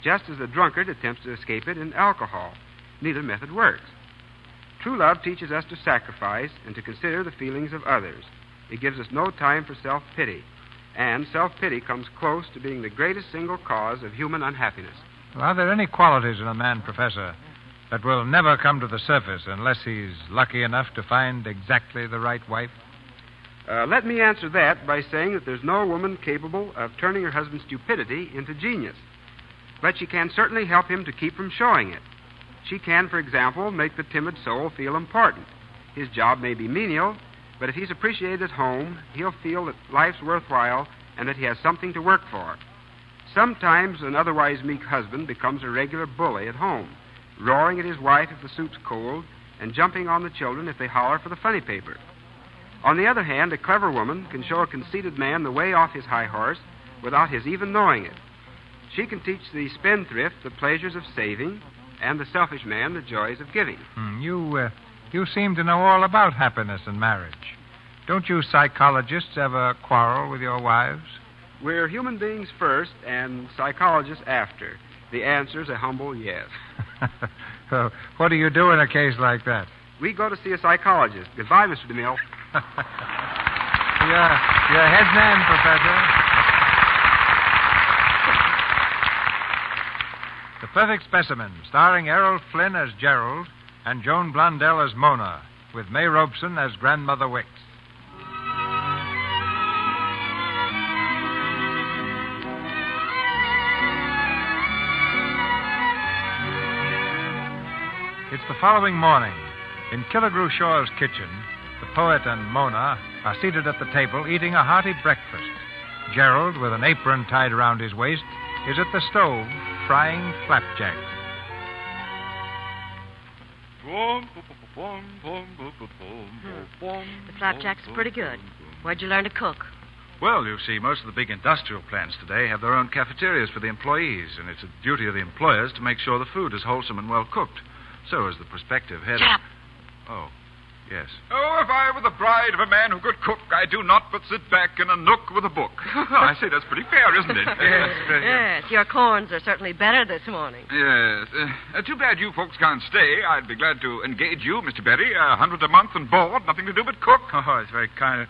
just as the drunkard attempts to escape it in alcohol. Neither method works. True love teaches us to sacrifice and to consider the feelings of others. It gives us no time for self pity. And self pity comes close to being the greatest single cause of human unhappiness.
Well, are there any qualities in a man, Professor, that will never come to the surface unless he's lucky enough to find exactly the right wife?
Uh, let me answer that by saying that there's no woman capable of turning her husband's stupidity into genius. But she can certainly help him to keep from showing it. She can, for example, make the timid soul feel important. His job may be menial, But if he's appreciated at home, he'll feel that life's worthwhile and that he has something to work for. Sometimes an otherwise meek husband becomes a regular bully at home, roaring at his wife if the soup's cold and jumping on the children if they holler for the funny paper. On the other hand, a clever woman can show a conceited man the way off his high horse without his even knowing it. She can teach the spendthrift the pleasures of saving and the selfish man the joys of giving.
Hmm, you, uh, you seem to know all about happiness and marriage. Don't you psychologists ever quarrel with your wives?
We're human beings first and psychologists after. The answer's a humble yes.
Uh, what do you do in a case like that?
We go to see a psychologist. Goodbye, Mr. DeMille.
You're, you're head man, Professor. The Perfect Specimen, starring Errol Flynn as Gerald and Joan Blondell as Mona, with May Robeson as Grandmother Wicks. It's the following morning. In Killigrew Shaw's kitchen, the poet and Mona are seated at the table eating a hearty breakfast. Gerald, with an apron tied around his waist, is at the stove frying flapjacks.
Hmm. The flapjack's pretty good. Where'd you learn to cook? <laughs>
Well, you see, most of the big industrial plants today have their own cafeterias for the employees, and it's the duty of the employers to make sure the food is wholesome and well cooked. So is the prospective head.
Shut up.
Oh, yes.
Oh, if I were the bride of a man who could cook, I do not but sit back in a nook with a book. <laughs> <laughs> I say that's pretty fair, isn't it?
<laughs> yes, your corns are certainly better this morning.
Yes. Uh, uh, too bad you folks can't stay. I'd be glad to engage you, Mr. Berry. A hundred a month and board, Oh, nothing to do but cook.
Oh, it's very kind of.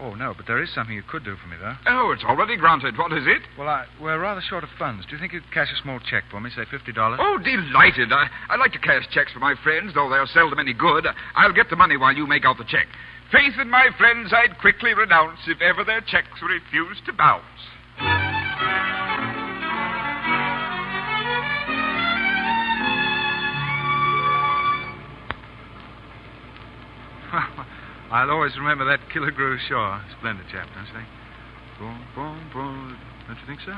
Oh, no, but there is something you could do for me, though.
Oh, it's already granted. What is it?
Well, I, we're rather short of funds. Do you think you'd cash a small check for me, say $50?
Oh, delighted. I, I like to cash checks for my friends, though they'll seldom any good. I'll get the money while you make out the check. Faith in my friends I'd quickly renounce if ever their checks were refused to bounce. <laughs>
I'll always remember that Killigrew Shaw. Splendid chap, don't you think? Boom, boom, boom. Don't you think so?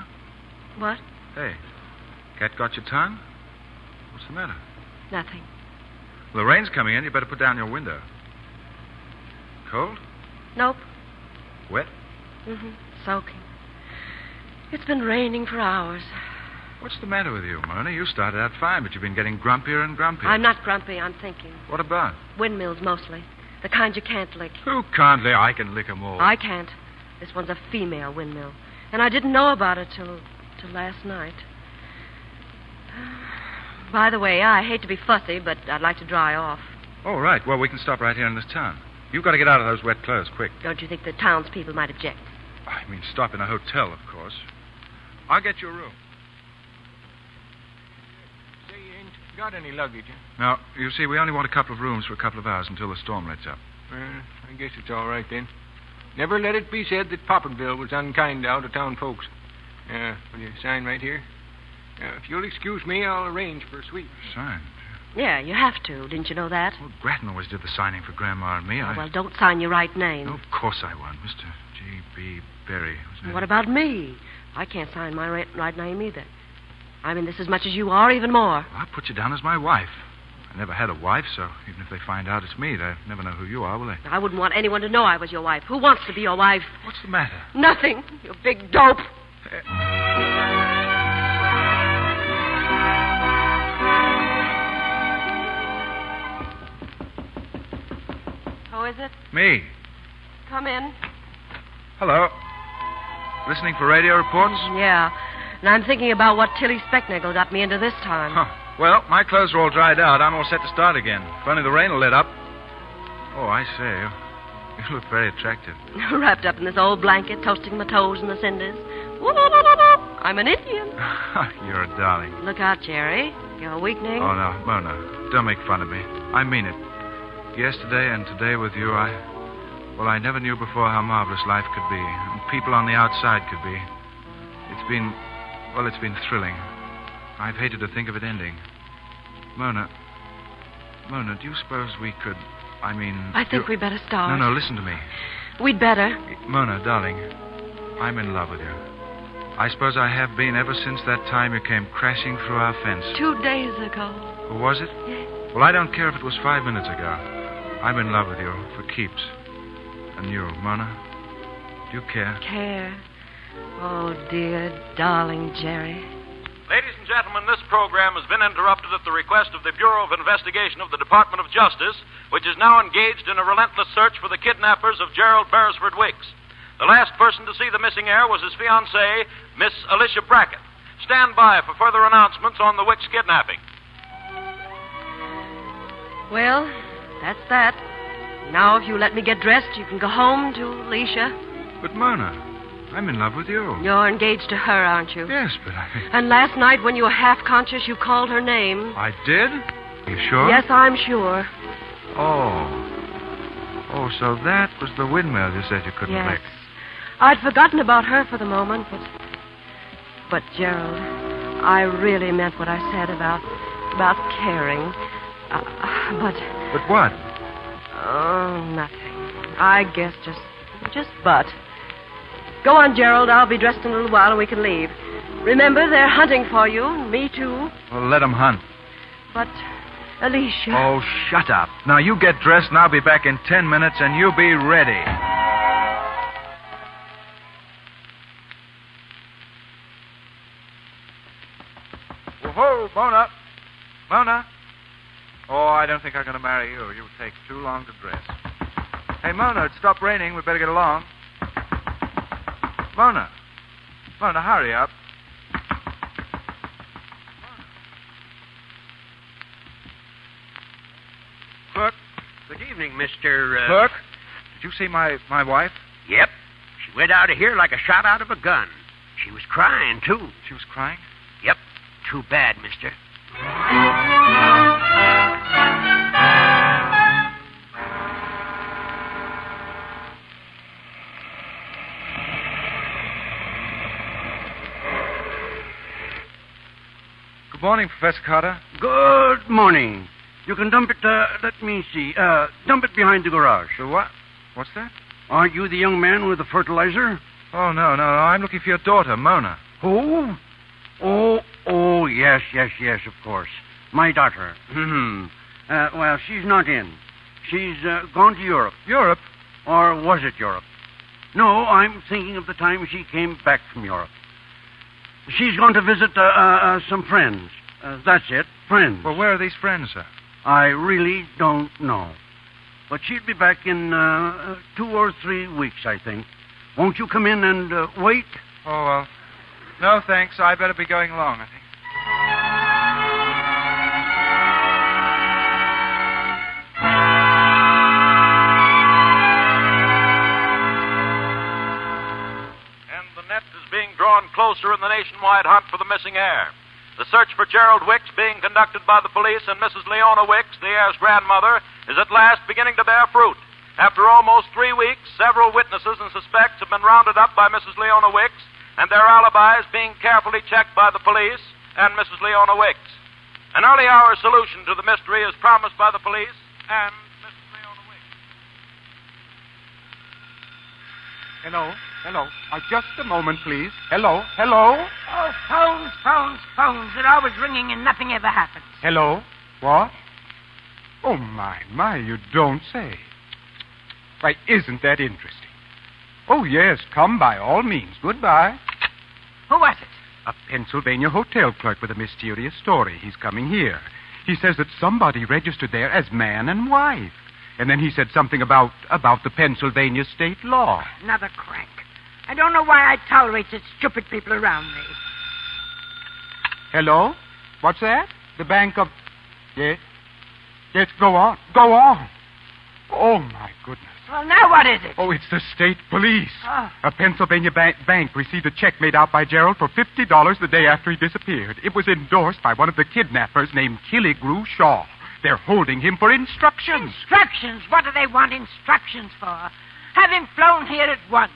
What?
Hey, cat got your tongue? What's the matter?
Nothing.
Well, the rain's coming in. You better put down your window. Cold?
Nope.
Wet?
Mm-hmm. Soaking. It's been raining for hours.
What's the matter with you, Mona? You started out fine, but you've been getting grumpier and grumpier.
I'm not grumpy. I'm thinking.
What about?
Windmills mostly. The kind you can't lick.
Who can't lay? I can lick 'em all.
I can't. This one's a female windmill. And I didn't know about it till, till last night. By the way, I hate to be fussy, but I'd like to dry off.
All right. Well, we can stop right here in this town. You've got to get out of those wet clothes quick.
Don't you think the townspeople might object?
I mean, stop in a hotel, of course. I'll get you a room.
Say, you ain't got any luggage, huh?
Now, you see, we only want a couple of rooms for a couple of hours until the storm lets up.
Well, I guess it's all right then. Never let it be said that Poppinville was unkind to out of town folks. Uh, will you sign right here? Uh, if you'll excuse me, I'll arrange for a suite.
Sign.
Yeah, you have to. Didn't you know that?
Grattan always did the signing for Grandma and me. I...
Oh, well, don't sign your right name.
Of course I won. Mr. G.B. Berry.
And What about me? I can't sign my right, right name either. I'm in this as much as you are, even more.
I put you down as my wife. I never had a wife, so even if they find out it's me, they'll never know who you are, will they?
I wouldn't want anyone to know I was your wife. Who wants to be your wife?
What's the matter?
Nothing. You big dope. uh, Who Oh, is it?
Me.
Come in.
Hello. Listening for radio reports?
Yeah. And I'm thinking about what Tilly Specknagel got me into this time.
Well, my clothes are all dried out. I'm all set to start again. If only the rain will let up. Oh, I say, you, you look very attractive. <laughs>
<laughs> Wrapped up in this old blanket, toasting my toes in the cinders. <laughs> I'm an
<sighs>
Indian.
Ah, You're a darling.
Look out, Jerry. You're weakening.
Oh, no, Mona, don't make fun of me. I mean it. Yesterday and today with you, I. Well, I never knew before how marvelous life could be, and people on the outside could be. It's been. Well, it's been thrilling. I've hated to think of it ending. Mona. Mona, do you suppose we could. I mean.
I think
you-
we'd better start.
No, no, listen to me.
We'd better.
Myrna, darling, I'm in love with you. I suppose I have been ever since that time you came crashing through our fence.
Two days ago.
Was it? Well, I don't care if it was five minutes ago. I'm in love with you for keeps. And you, Myrna, do you care?
Care. Oh, dear, darling Jerry.
Ladies and gentlemen, this program has been interrupted at the request of the Bureau of Investigation of the Department of Justice, which is now engaged in a relentless search for the kidnappers of Gerald Beresford Wicks. The last person to see the missing heir was his fiancée, Miss Alicia Brackett. Stand by for further announcements on the Wicks kidnapping.
Well, that's that. Now, if you let me get dressed, you can go home to Alicia.
But, Myrna, I'm in love with you.
You're engaged to her, aren't you?
Yes, but I.
And last night, when you were half conscious, you called her name.
I did? You sure?
Yes, I'm sure.
Oh. Oh, so that was the windmill you said you couldn't
Yes.
lick.
I'd forgotten about her for the moment, but. But, Gerald, I really meant what I said about. about caring. Uh, but.
But what?
Oh, nothing. I guess just. just but. Go on, Gerald. I'll be dressed in a little while and we can leave. Remember, they're hunting for you, and me too.
Well, let 'em hunt.
But, Alicia.
Oh, shut up. Now, you get dressed, and I'll be back in ten minutes, and you be ready. Whoa, Mona. Mona. Oh, I don't think I'm going to marry you. You'll take too long to dress. Hey, Mona, it stopped raining. We'd better get along. Mona. Mona, hurry up. Clerk.
Good evening, Mr. Uh...
Clerk. Did you see my, my wife?
Yep. She went out of here like a shot out of a gun. She was crying, too.
She was crying?
Yep. Too bad, mister.
Good morning, Professor Carter.
Good morning. You can dump it, uh, let me see. Uh, dump it behind the garage.
The what? What's that?
Are you the young man with the fertilizer?
Oh, no, no, no. I'm looking for your daughter, Mona.
¡Uh!
Who? Oh, oh, yes, yes, yes, of course. My daughter. Hmm. Uh, well, she's not in. She's uh, gone to Europe.
Europe?
Or was it Europe? No, I'm thinking of the time she came back from Europe. She's gone to visit uh, uh, uh, some friends. Uh, that's it, friends.
Well, where are these friends, sir?
I really don't know. But she'll be back in uh, uh, two or three weeks, I think. Won't you come in and uh, wait?
Oh, well. No, thanks. I better be going along, I think.
And the net is being drawn closer in the nationwide hunt for the missing heir. The search for Gerald Wicks being conducted by the police and Mrs. Leona Wicks, the heir's grandmother, is at last beginning to bear fruit. After almost three weeks, several witnesses and suspects have been rounded up by Mrs. Leona Wicks, and their alibis being carefully checked by the police and Mrs. Leona Wicks. An early hour solution to the mystery is promised by the police and
Hello, hello. Uh, just a moment, please. Hello, hello,
Oh, phones, phones, phones. They're always ringing and nothing ever happens.
hello. What? Oh, my, my, you don't say. Why, isn't that interesting? Oh, yes, come by all means. Goodbye.
Who was it?
A Pennsylvania hotel clerk with a mysterious story. He's coming here. He says that somebody registered there as man and wife. And then he said something about about the Pennsylvania state law.
Another crank. I don't know why I tolerate such stupid people around me.
Hello? What's that? The Bank of. Yes? Yes, go on. Go on. Oh, my goodness.
Well, now what is it?
Oh, it's the state police.
Oh,
A Pennsylvania bank, bank received a check made out by Gerald for $50 the day after he disappeared. It was endorsed by one of the kidnappers named Killigrew Shaw. They're holding him for instructions.
instructions. What do they want instructions for? Have him flown here at once.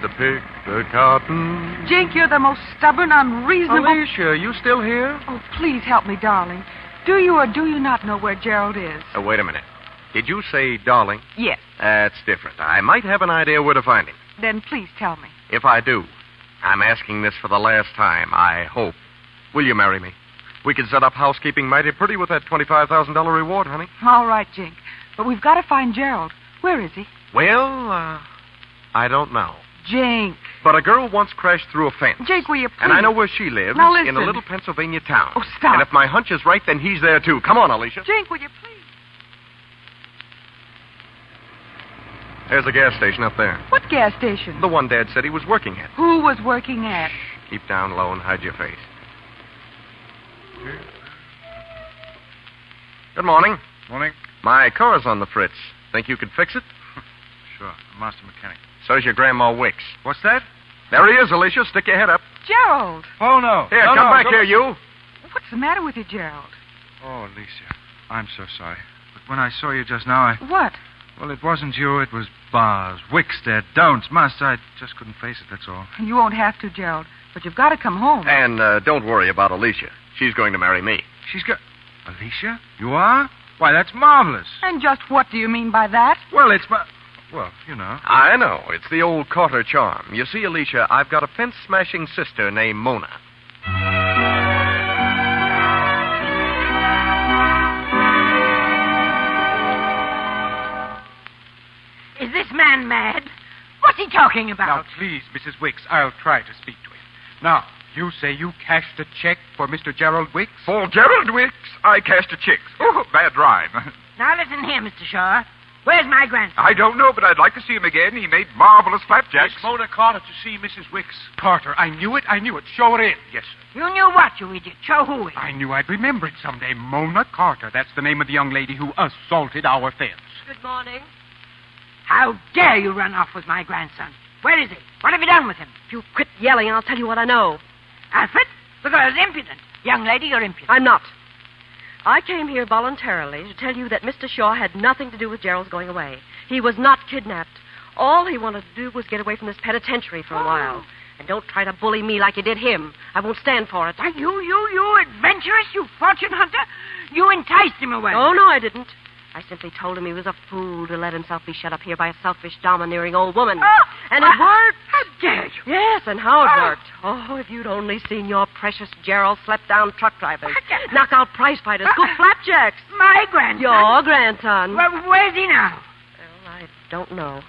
the pick the cotton.
Jink, you're the most stubborn, unreasonable.
Alicia, you still here?
Oh, please help me, darling. Do you or do you not know where Gerald is?
Oh, wait a minute. Did you say darling?
Yes.
That's different. I might have an idea where to find him.
Then please tell me.
If I do, I'm asking this for the last time, I hope. Will you marry me? We could set up housekeeping mighty pretty with that $25,000 reward, honey.
All right, Jink. But we've got to find Gerald. Where is he?
Well, uh, I don't know.
Jink.
But a girl once crashed through a fence.
Jake, will you please?
And I know where she lives.
Now listen.
In a little Pennsylvania town.
Oh, stop.
And if my hunch is right, then he's there too. Come on, Alicia.
Jink, will you please?
There's the gas station up there.
What gas station?
The one Dad said he was working at.
Who was working at?
Keep down low and hide your face. Good morning.
Morning.
My car's on the fritz. Think you could fix it?
Sure. Master mechanic.
So's your Grandma Wicks.
What's that?
There he is, Alicia. Stick your head up.
Gerald.
Oh, no.
Here,
No,
come
no,
back
go-
here, you.
What's the matter with you, Gerald?
Oh, Alicia, I'm so sorry. But when I saw you just now, I.
What?
Well, it wasn't you, it was Bars, Wicks, their don'ts, must. I just couldn't face it, that's all.
You won't have to, Gerald. But you've got to come home.
And uh, don't worry about Alicia. She's going to marry me.
She's got. Alicia? You are? Why, that's marvelous.
And just what do you mean by that?
Well, it's my. Well, you know.
I know. It's the old Carter charm. You see, Alicia, I've got a fence smashing sister named Mona.
Is this man mad? What's he talking
Now,
about?
please, Mrs. Wicks, I'll try to speak to him. Now, you say you cashed a check for Mr. Gerald Wicks?
For Gerald Wicks, I cashed a check. Oh, bad rhyme. <laughs>
Now listen here, Mr. Shaw. Where's my grandson?
I don't know, but I'd like to see him again. He made marvelous flapjacks.
Miss Mona Carter to see Mrs. Wicks. Carter, I knew it, I knew it. Show her in. Yes, sir.
You knew what, you idiot. Show who it.
I knew I'd remember it someday. Mona Carter, that's the name of the young lady who assaulted our fence.
Good morning. How dare you run off with my grandson? Where is he? What have you done with him?
You quit yelling, and I'll tell you what I know.
Alfred, the girl's impudent. Young lady, you're impudent.
I'm not. I came here voluntarily to tell you that Mr. Shaw had nothing to do with Gerald's going away. He was not kidnapped. All he wanted to do was get away from this penitentiary for a while. And don't try to bully me like you did him. I won't stand for it.
Why, you, you, you adventurous, you fortune hunter. You enticed him away.
Oh, no, I didn't. I simply told him he was a fool to let himself be shut up here by a selfish, domineering old woman. and it worked.
How dare Ah, you?
Yes, and Oh, ah, how it
Oh.
worked. Oh, if you'd only seen your precious Gerald slap down truck drivers,
Ah,
knock out prize fighters, good flapjacks.
My Ah. grandson.
Your grandson.
Well, where's he now?
I don't know.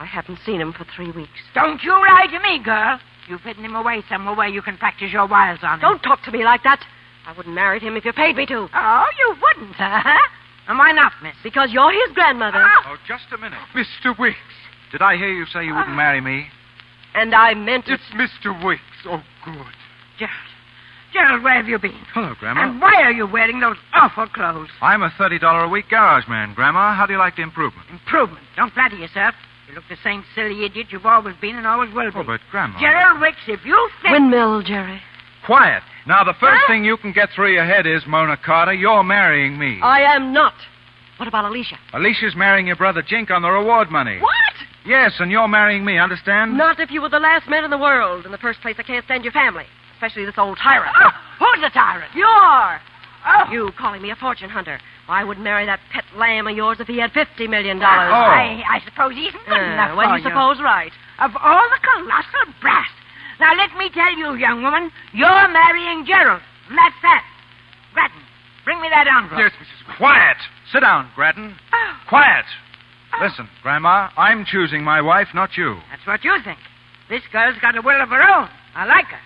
I haven't seen him for three weeks.
Don't you lie to me, girl. You've hidden him away somewhere where you can practice your wiles on him.
Don't talk to me like that. I wouldn't marry him if you paid me to.
Oh, you wouldn't, huh? And why not, Ah! miss?
Because you're his grandmother.
Oh, just a minute. Mr. Wicks. Did I hear you say you wouldn't marry me?
And I meant it.
Mr. Wicks. Oh, good.
Gerald. Gerald, where have you been?
Hello, Grandma.
And why are you wearing those awful clothes?
I'm a $30 a week garage man, Grandma. How do you like the improvement?
Improvement. Don't flatter yourself. You look the same silly idiot you've always been and always will be.
Oh, but, Grandma.
Gerald Wicks, if you think...
Windmill, Jerry.
Quiet. Now, the first
Huh?
thing you can get through your head is, Mona Carter, you're marrying me.
I am not. What about Alicia?
Alicia's marrying your brother Jink on the reward money.
What?
Yes, and you're marrying me, understand?
Not if you were the last man in the world. In the first place, I can't stand your family, especially this old tyrant.
who's the tyrant?
You're.
Ah!
You calling me a fortune hunter. I would marry that pet lamb of yours if he had $50 million.
Ah!
Oh.
I, I suppose he isn't good
Oh. Uh,
enough
well,
for
you suppose right.
Of all the colossal brass. Now, let me tell you, young woman, you're marrying Gerald. And that's that. Grattan, bring me that envelope.
Yes, Mrs. Quiet. Sit down, Grattan.
Oh.
Quiet. Listen, Grandma, I'm choosing my wife, not you.
That's what you think. This girl's got a will of her own. I like her.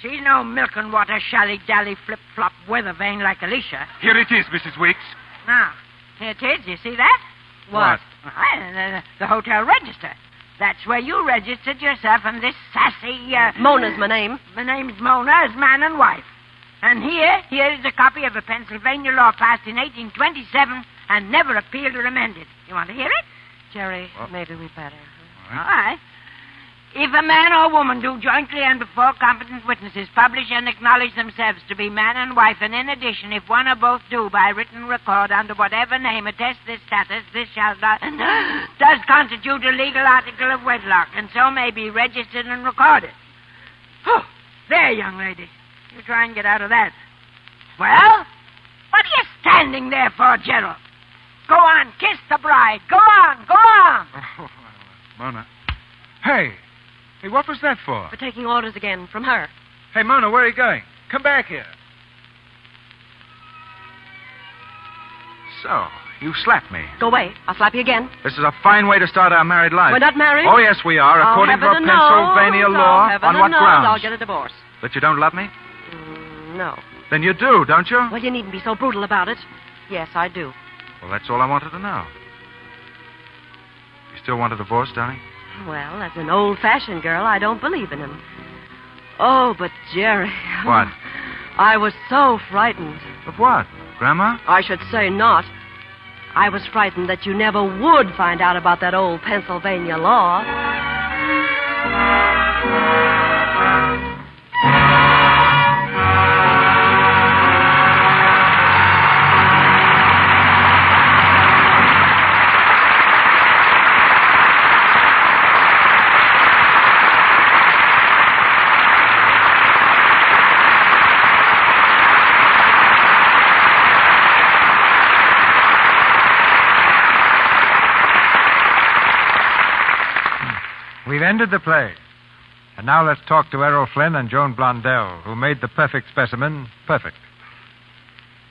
She's no milk and water shally dally flip flop weather vane like Alicia.
Here it is, Mrs. Wicks.
Now, here it is. You see that?
What?
Why, the, the hotel register. That's where you registered yourself and this sassy. Uh,
Mona's my name.
My name's Mona, as man and wife. And here, here is a copy of a Pennsylvania law passed in 1827 and never appealed or amended. You want to hear it?
Jerry, maybe we better.
All right. If a man or woman do jointly and before competent witnesses publish and acknowledge themselves to be man and wife, and in addition, if one or both do by written record under whatever name attest this status, this shall not <laughs> does constitute a legal article of wedlock, and so may be registered and recorded. Whew. There, young lady. You try and get out of that. Well, what are you standing there for, Gerald? Go on, kiss the bride. Go on, go on.
Mona. Hey. Hey, what was that for?
For taking orders again from her.
Hey, Mona, where are you going? Come back here. So, you slapped me.
Go away. I'll slap you again.
This is a fine way to start our married life.
We're not married.
Oh, yes, we are,
Oh,
according to a
heaven knows.
Pennsylvania
Oh,
law.
heaven
on what
knows I'll
grounds?
get a divorce. Mm,
That you don't love me?
No.
Then you do, don't you?
Well, you needn't be so brutal about it. Yes, I do.
Well, that's all I wanted to know. You still want a divorce, darling?
Well, as an old-fashioned girl, I don't believe in him. Oh, but Jerry,
What?
I was so frightened.
Of what? Grandma?
I should say not. I was frightened that you never would find out about that old Pennsylvania law.
We've ended the play. And now let's talk to Errol Flynn and Joan Blondell, who made the perfect specimen perfect.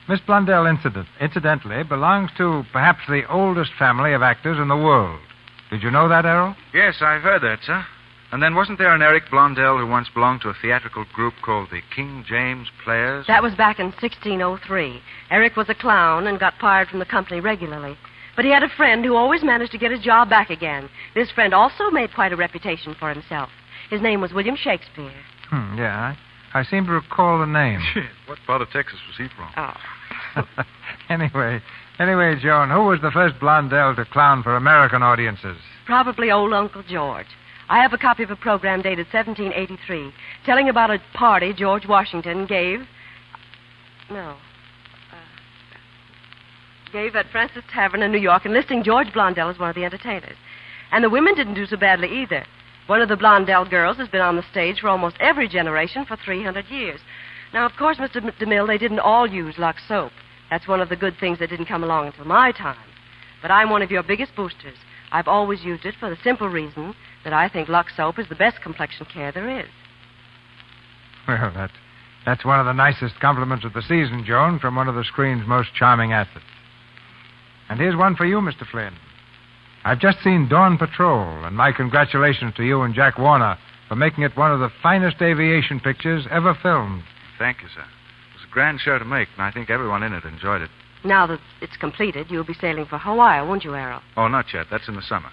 Miss Blondell, incident, incidentally, belongs to perhaps the oldest family of actors in the world. Did you know that, Errol?
Yes, I've heard that, sir. And then wasn't there an Eric Blondell who once belonged to a theatrical group called the King James Players?
That was back in 1603. Eric was a clown and got fired from the company regularly. But he had a friend who always managed to get his job back again. This friend also made quite a reputation for himself. His name was William Shakespeare.
Hmm, yeah, I, I seem to recall the name.
What part of Texas was he from?
Oh.
<laughs> anyway, anyway, Joan, who was the first Blondell to clown for American audiences? <laughs>
Probably old Uncle George. I have a copy of a program dated 1783 telling about a party George Washington gave. No. Uh, gave at Francis Tavern in New York, enlisting George Blondell as one of the entertainers. And the women didn't do so badly either. One of the Blondell girls has been on the stage for almost every generation for 300 years. Now, of course, Mr. M- DeMille, they didn't all use Lux soap. That's one of the good things that didn't come along until my time. But I'm one of your biggest boosters. I've always used it for the simple reason that I think Lux soap is the best complexion care there is.
Well, that, that's one of the nicest compliments of the season, Joan, from one of the screen's most charming assets. And here's one for you, Mr. Flynn. I've just seen Dawn Patrol, and my congratulations to you and Jack Warner for making it one of the finest aviation pictures ever filmed.
Thank you, sir. It was a grand show to make, and I think everyone in it enjoyed it.
Now that it's completed, you'll be sailing for Hawaii, won't you, Errol?
Oh, not yet. That's in the summer.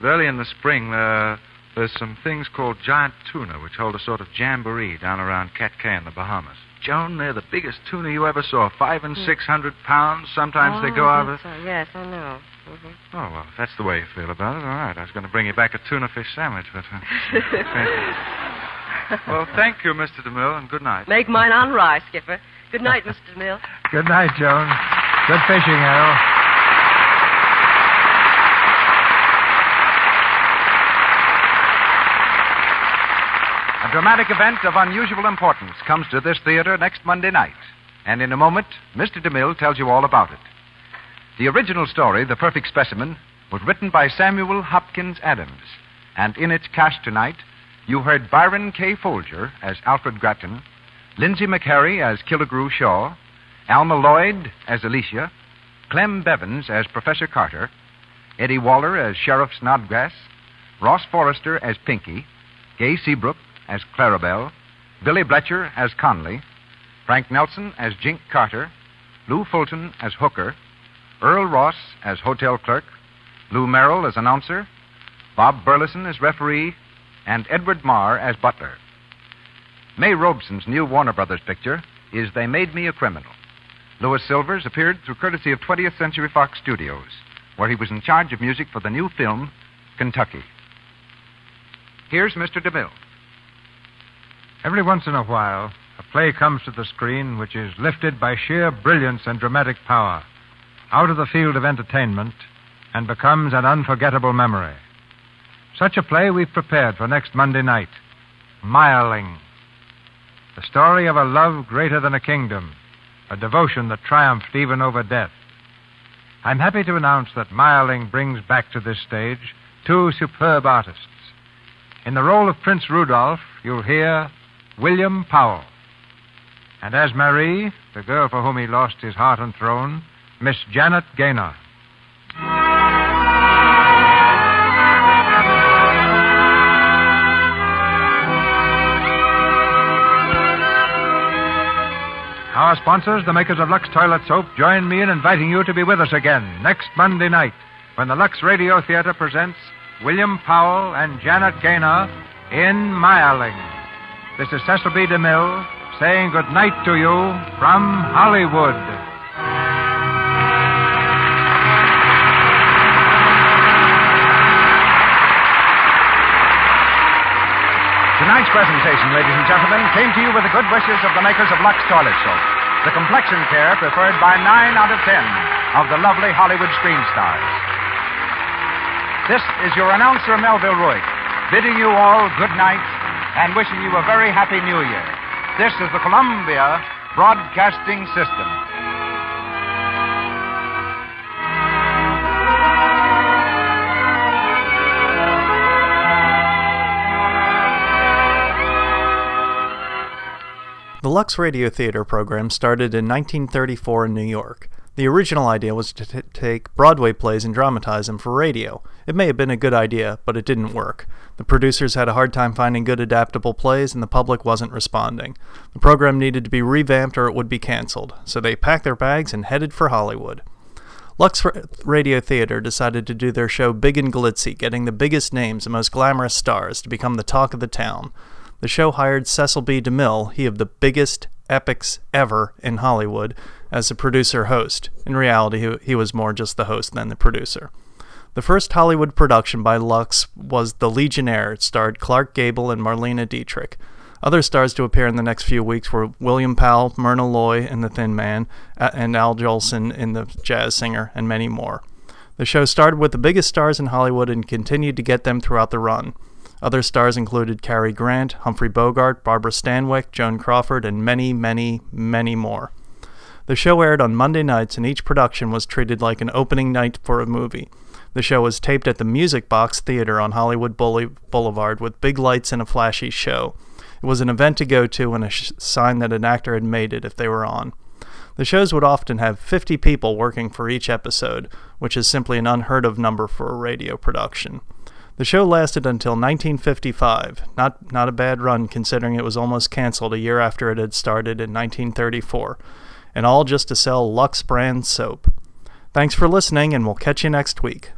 Early in the spring, uh, there's some things called giant tuna, which hold a sort of jamboree down around Catcay in the Bahamas. Joan, they're the biggest tuna you ever saw. Five and
Hmm.
six hundred pounds. Sometimes they go
Oh,
out of...
that's right. Yes, I know. Mhm.
Oh, well, if that's the way you feel about it, all right. I was going to bring you back a tuna fish sandwich, but... Uh,
<laughs>
well, thank you, Mr. DeMille, and good night.
Make mine on rye, Skipper. Good night, Mr. Mill.
Good night, Joan. Good fishing, Errol.
A dramatic event of unusual importance comes to this theater next Monday night, and in a moment, Mr. DeMille tells you all about it. The original story, The Perfect Specimen, was written by Samuel Hopkins Adams, and in its cast tonight, you heard Byron K. Folger as Alfred Grattan, Lindsay McCary as Killigrew Shaw, Alma Lloyd as Alicia, Clem Bevins as Professor Carter, Eddie Waller as Sheriff Snodgrass, Ross Forrester as Pinky, Gay Seabrook as Clarabelle, Billy Bletcher as Conley, Frank Nelson as Jink Carter, Lou Fulton as Hooker, Earl Ross as hotel clerk, Lou Merrill as announcer, Bob Burleson as referee, and Edward Marr as butler. May Robeson's new Warner Brothers picture is They Made Me a Criminal. Louis Silvers appeared through courtesy of 20th Century Fox Studios, where he was in charge of music for the new film, Kentucky.
Here's Mr. DeMille.
Every once in a while, a play comes to the screen which is lifted by sheer brilliance and dramatic power out of the field of entertainment and becomes an unforgettable memory. Such a play we've prepared for next Monday night Miling. The story of a love greater than a kingdom, a devotion that triumphed even over death. I'm happy to announce that Miling brings back to this stage two superb artists. In the role of Prince Rudolph, you'll hear William Powell. And as Marie, the girl for whom he lost his heart and throne, Miss Janet Gaynor. Our sponsors, the makers of Lux Toilet Soap, join me in inviting you to be with us again next Monday night when the Lux Radio Theater presents William Powell and Janet Gaynor in Mireling. This is Cecil B. DeMille saying good night to you from Hollywood.
Tonight's presentation, ladies and gentlemen, came to you with the good wishes of the makers of Lux Toilet Soap, the complexion care preferred by nine out of ten of the lovely Hollywood screen stars. This is your announcer, Melville Roy, bidding you all good night and wishing you a very happy new year. This is the Columbia Broadcasting System.
The Lux Radio Theater program started in 1934 in New York. The original idea was to t- take Broadway plays and dramatize them for radio. It may have been a good idea, but it didn't work. The producers had a hard time finding good adaptable plays, and the public wasn't responding. The program needed to be revamped or it would be canceled, so they packed their bags and headed for Hollywood. Lux Ra- Radio Theater decided to do their show big and glitzy, getting the biggest names and most glamorous stars to become the talk of the town. The show hired Cecil B. DeMille, he of the biggest epics ever in Hollywood, as the producer host. In reality, he, he was more just the host than the producer. The first Hollywood production by Lux was The Legionnaire. It starred Clark Gable and Marlena Dietrich. Other stars to appear in the next few weeks were William Powell, Myrna Loy in The Thin Man, a- and Al Jolson in The Jazz Singer, and many more. The show started with the biggest stars in Hollywood and continued to get them throughout the run. Other stars included Cary Grant, Humphrey Bogart, Barbara Stanwyck, Joan Crawford, and many, many, many more. The show aired on Monday nights, and each production was treated like an opening night for a movie. The show was taped at the Music Box Theater on Hollywood Boule- Boulevard with big lights and a flashy show. It was an event to go to and a sh- sign that an actor had made it if they were on. The shows would often have 50 people working for each episode, which is simply an unheard of number for a radio production. The show lasted until 1955. Not not a bad run considering it was almost canceled a year after it had started in 1934, and all just to sell Lux brand soap. Thanks for listening and we'll catch you next week.